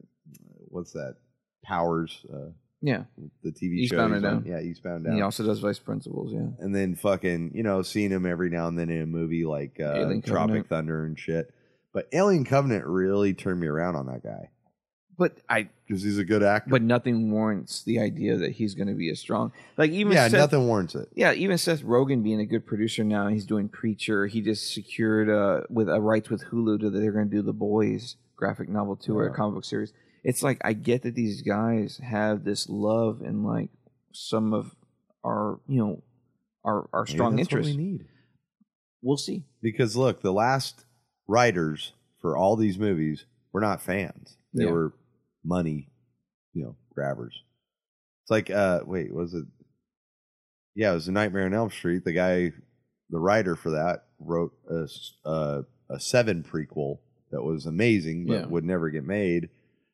L: what's that? Powers, uh,
K: Yeah,
L: the TV
K: Eastbound and
L: show. he's on.
K: Down.
L: Yeah, Eastbound
K: he
L: Down.
K: also does vice principals. Yeah,
L: and then fucking you know seeing him every now and then in a movie like uh,
K: Alien
L: Tropic
K: Covenant.
L: Thunder and shit. But Alien Covenant really turned me around on that guy
K: but I
L: because he's a good actor.
K: but nothing warrants the idea that he's going to be as strong. Like even
L: yeah,
K: Seth-
L: nothing warrants it.
K: Yeah, even Seth Rogen being a good producer now, he's doing Preacher. He just secured uh, with a rights with Hulu to that they're going to do the Boys graphic novel too, or a
L: Yeah.
K: comic book series. It's like I get that these guys have this love and like some of our you know our our
L: Maybe
K: strong
L: that's what
K: interests.
L: we need
K: We'll see.
L: because look, the last writers for all these movies were not fans. They
K: Yeah.
L: were money, you know, grabbers. It's like, uh, wait, was it? Yeah, it was a Nightmare on Elm Street. The guy, the writer for that, wrote a s- uh, a seven prequel that was amazing, but
K: Yeah.
L: would never get made.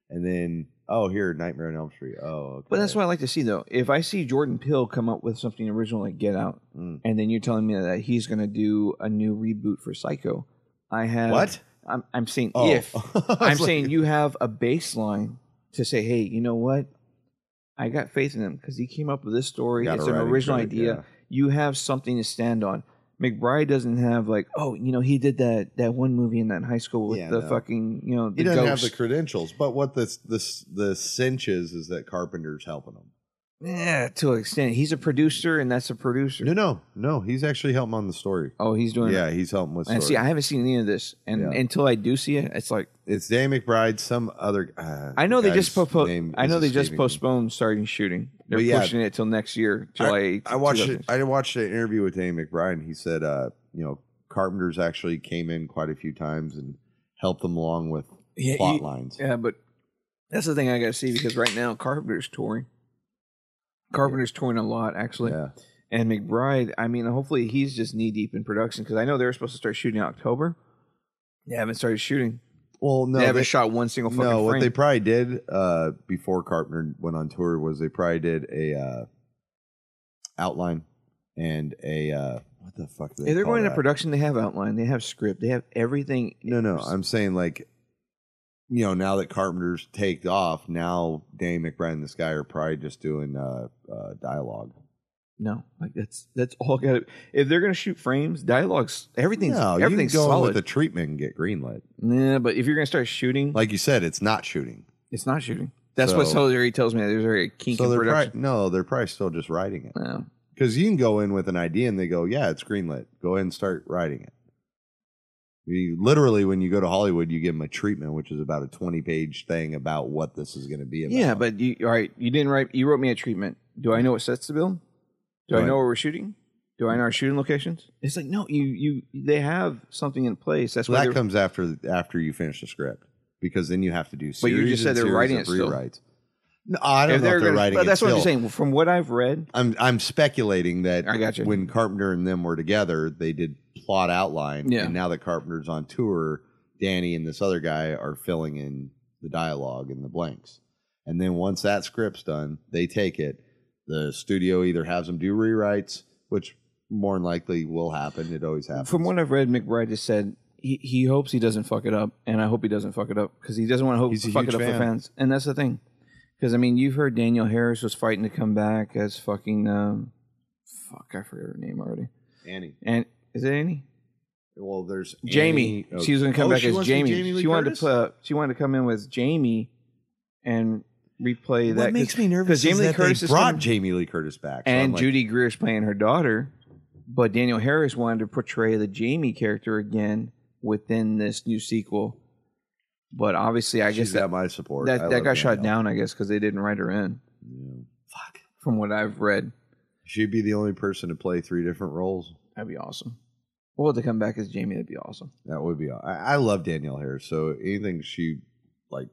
L: And then, oh, here, Nightmare on Elm Street. Oh, okay.
K: But that's what I like to see, though. If I see Jordan Peele come up with something original like Get Out,
L: Mm.
K: and then you're telling me that he's going to do a new reboot for Psycho, I have
L: What?
K: I'm, I'm saying
L: Oh.
K: if
L: I was
K: I'm
L: like-
K: saying you have a baseline to say, hey, you know what? I got faith in him because he came up with this story.
L: Gotta
K: It's an
L: write into
K: original
L: it,
K: idea.
L: yeah.
K: You have something to stand on. McBride doesn't have like, oh, you know, he did that that one movie in that high school with
L: Yeah,
K: the
L: no.
K: fucking, you know, the
L: he doesn't have
K: ghost.
L: the credentials. But what this this the cinch is is that Carpenter's helping him.
K: Yeah, to an extent. He's a producer, and that's a producer.
L: No, no, no. He's actually helping on the story.
K: Oh, he's doing.
L: Yeah, he's helping with. Story.
K: And see, I haven't seen any of this, and
L: Yeah.
K: until I do see it, it's like
L: it's Dan McBride, some other. Uh,
K: I know they just
L: guy's
K: postponed.
L: name
K: I know
L: is
K: they just
L: escaping me.
K: postponed starting shooting. They're
L: But yeah.
K: pushing it till next year, July.
L: I-
K: 8th,
L: I, watched. It,
K: 2000.
L: I watched an interview with Dan McBride. And he said, uh, you know, Carpenter's actually came in quite a few times and helped them along with
K: Yeah,
L: plot
K: you-
L: lines.
K: Yeah, but that's the thing I got to see because right now Carpenter's touring. Carpenter's touring a lot, actually.
L: Yeah.
K: And McBride, I mean, hopefully he's just knee deep in production because I know they were supposed to start shooting in October. They haven't started shooting.
L: Well, no,
K: they haven't
L: they-
K: shot one single fucking
L: No, what
K: frame.
L: they probably did uh, before Carpenter went on tour was they probably did a uh, outline and a uh, what the fuck? do They
K: if they're
L: call
K: going
L: that?
K: into production, they have outline, they have script, they have everything.
L: No, no, I'm saying like, you know, now that Carpenter's taked off, now Dan McBride and this guy are probably just doing uh, uh, dialogue.
K: No, like that's that's all got to. If they're going to shoot frames, dialogues, everything's
L: no, you can
K: everything's
L: go in
K: solid.
L: with the treatment and get greenlit.
K: yeah, but if you're going to start shooting,
L: Like you said, it's not shooting.
K: it's not shooting. That's what
L: So-
K: Solidarity tells me. There's already a kink
L: So
K: in
L: they're
K: production.
L: probably, no, they're probably still just writing it.
K: No.
L: Because you can go in with an idea and they go, yeah, it's greenlit. Go ahead and start writing it. You, literally, when you go to Hollywood, you give them a treatment, which is about a 20 page thing about what this is going to be about.
K: Yeah, but you all right? You didn't write. You wrote me a treatment. Do I know what sets the bill? Do I
L: Right.
K: know where we're shooting? Do I know our shooting locations? It's like no, you you they have something in place. That's
L: So
K: why
L: that
K: they're-
L: comes after after you finish the script because then you have to do. Series
K: But you just said
L: and
K: they're
L: series
K: writing
L: of
K: it still.
L: Rewrites. No, I don't know if they're
K: gonna-
L: writing.
K: But
L: it
K: that's what I'm
L: still.
K: saying. From what I've read,
L: I'm I'm speculating that
K: I gotcha.
L: when Carpenter and them were together, they did plot outline,
K: Yeah.
L: and now that Carpenter's on tour, Danny and this other guy are filling in the dialogue and the blanks. And then once that script's done, they take it. The studio either has them do rewrites, which more than likely will happen. It always happens.
K: from what I've read, McBride just said he, he hopes he doesn't fuck it up, and I hope he doesn't fuck it up because he doesn't want to hope
L: He's a
K: fuck it
L: huge
K: up for
L: fan.
K: fans, and that's the thing. Because I mean, you've heard Daniel Harris was fighting to come back as fucking um, fuck, I forget her name already.
L: Annie.
K: And is it Annie?
L: Well, there's
K: Jamie.
L: Annie- oh,
K: She was going to come
L: oh,
K: back
L: she
K: as
L: wants to be
K: Jamie.
L: Lee
K: she wanted
L: Curtis?
K: to play, she wanted to come in with Jamie and replay
L: What
K: that. 'cause-
L: makes me nervous
K: because
L: is
K: Jamie Lee
L: that they
K: Curtis is
L: brought
K: coming-
L: Jamie Lee Curtis back, so I'm
K: and
L: like-
K: Judy Greer's playing her daughter, but Daniel Harris wanted to portray the Jamie character again within this new sequel. But obviously, I guess
L: She's
K: that
L: got my support. I
K: that, that
L: love
K: got shot
L: Danielle.
K: down. I guess because they didn't write her in. Fuck. From what I've read,
L: She'd be the only person to play three different roles.
K: that'd be awesome. Well, to come back as Jamie, that'd be awesome.
L: That would be. I, I love Danielle Harris, so anything she like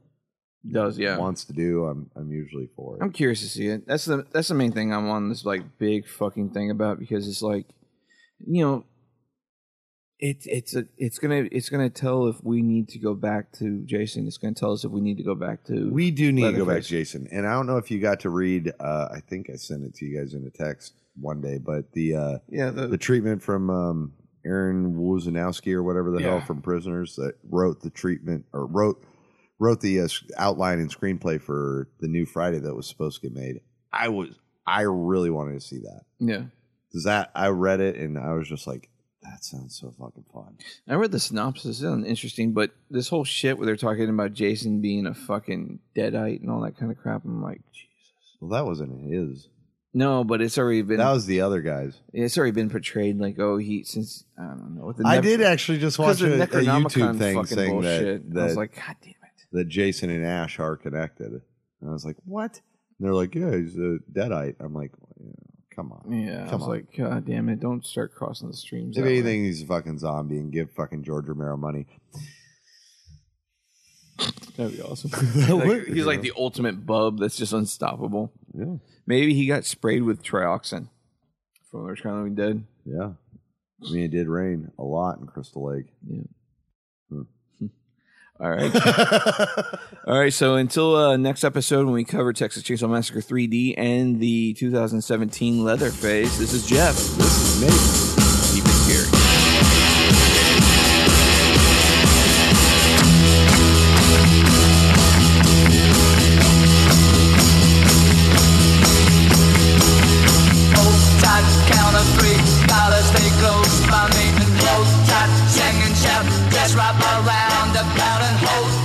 K: Does yeah.
L: wants to do, I'm I'm usually for it.
K: I'm curious to see it. That's the that's the main thing I'm on this like big fucking thing about because it's like, you know, it's it's a it's gonna it's gonna tell if we need to go back to Jason. It's gonna tell us if we need to go back to
L: we do need to go back,
K: Leatherface.
L: to Jason. And I don't know if you got to read. Uh, I think I sent it to you guys in a text one day, but the uh,
K: Yeah, the-
L: the treatment from um, Aaron Wozanowski or whatever the hell
K: Yeah.
L: from Prisoners that wrote the treatment or wrote wrote the uh, s- outline and screenplay for the new Friday that was supposed to get made. I was I really wanted to see that.
K: Yeah,
L: Does that I read it and I was just like, that sounds so fucking fun.
K: I read the synopsis. It sounded interesting, but this whole shit where they're talking about Jason being a fucking deadite and all that kind of crap. I'm like,
L: Well, that wasn't his.
K: no, but it's already been
L: That was the other guy's.
K: it's already been portrayed like oh he since I don't know. With the
L: I
K: Nep-
L: did actually just
K: 'Cause
L: watch
K: the
L: a, a
K: Necronomicon
L: YouTube thing
K: fucking
L: saying
K: bullshit.
L: that, that
K: I was like, God damn it.
L: that Jason and Ash are connected. And I was like, what? And they're like, yeah, he's a deadite. I'm like, "Yeah, come on,
K: Yeah,
L: come
K: I was
L: on.
K: like, God damn it, don't start crossing the streams.
L: if
K: that way."
L: anything, he's a fucking zombie and give fucking George Romero money.
K: That'd be awesome. Like, he's like the ultimate bub that's just unstoppable.
L: Yeah.
K: Maybe he got sprayed with trioxin from There's Kind of Living Dead.
L: Yeah. I mean, it did rain a lot in Crystal Lake.
K: Yeah. All right. All right. So until uh, next episode when we cover Texas Chainsaw Massacre 3D and the 2017 Leatherface, this is Jeff.
L: This is Nate.
K: Keep it scary.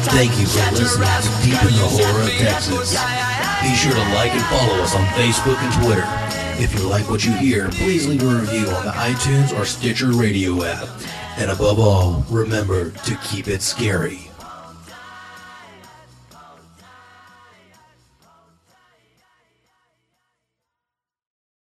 A: Thank you for listening to Deep in the Horror of Texas. Be sure to like and follow us on Facebook and Twitter. If you like what you hear, please leave a review on the iTunes or Stitcher radio app. And above all, remember to keep it scary.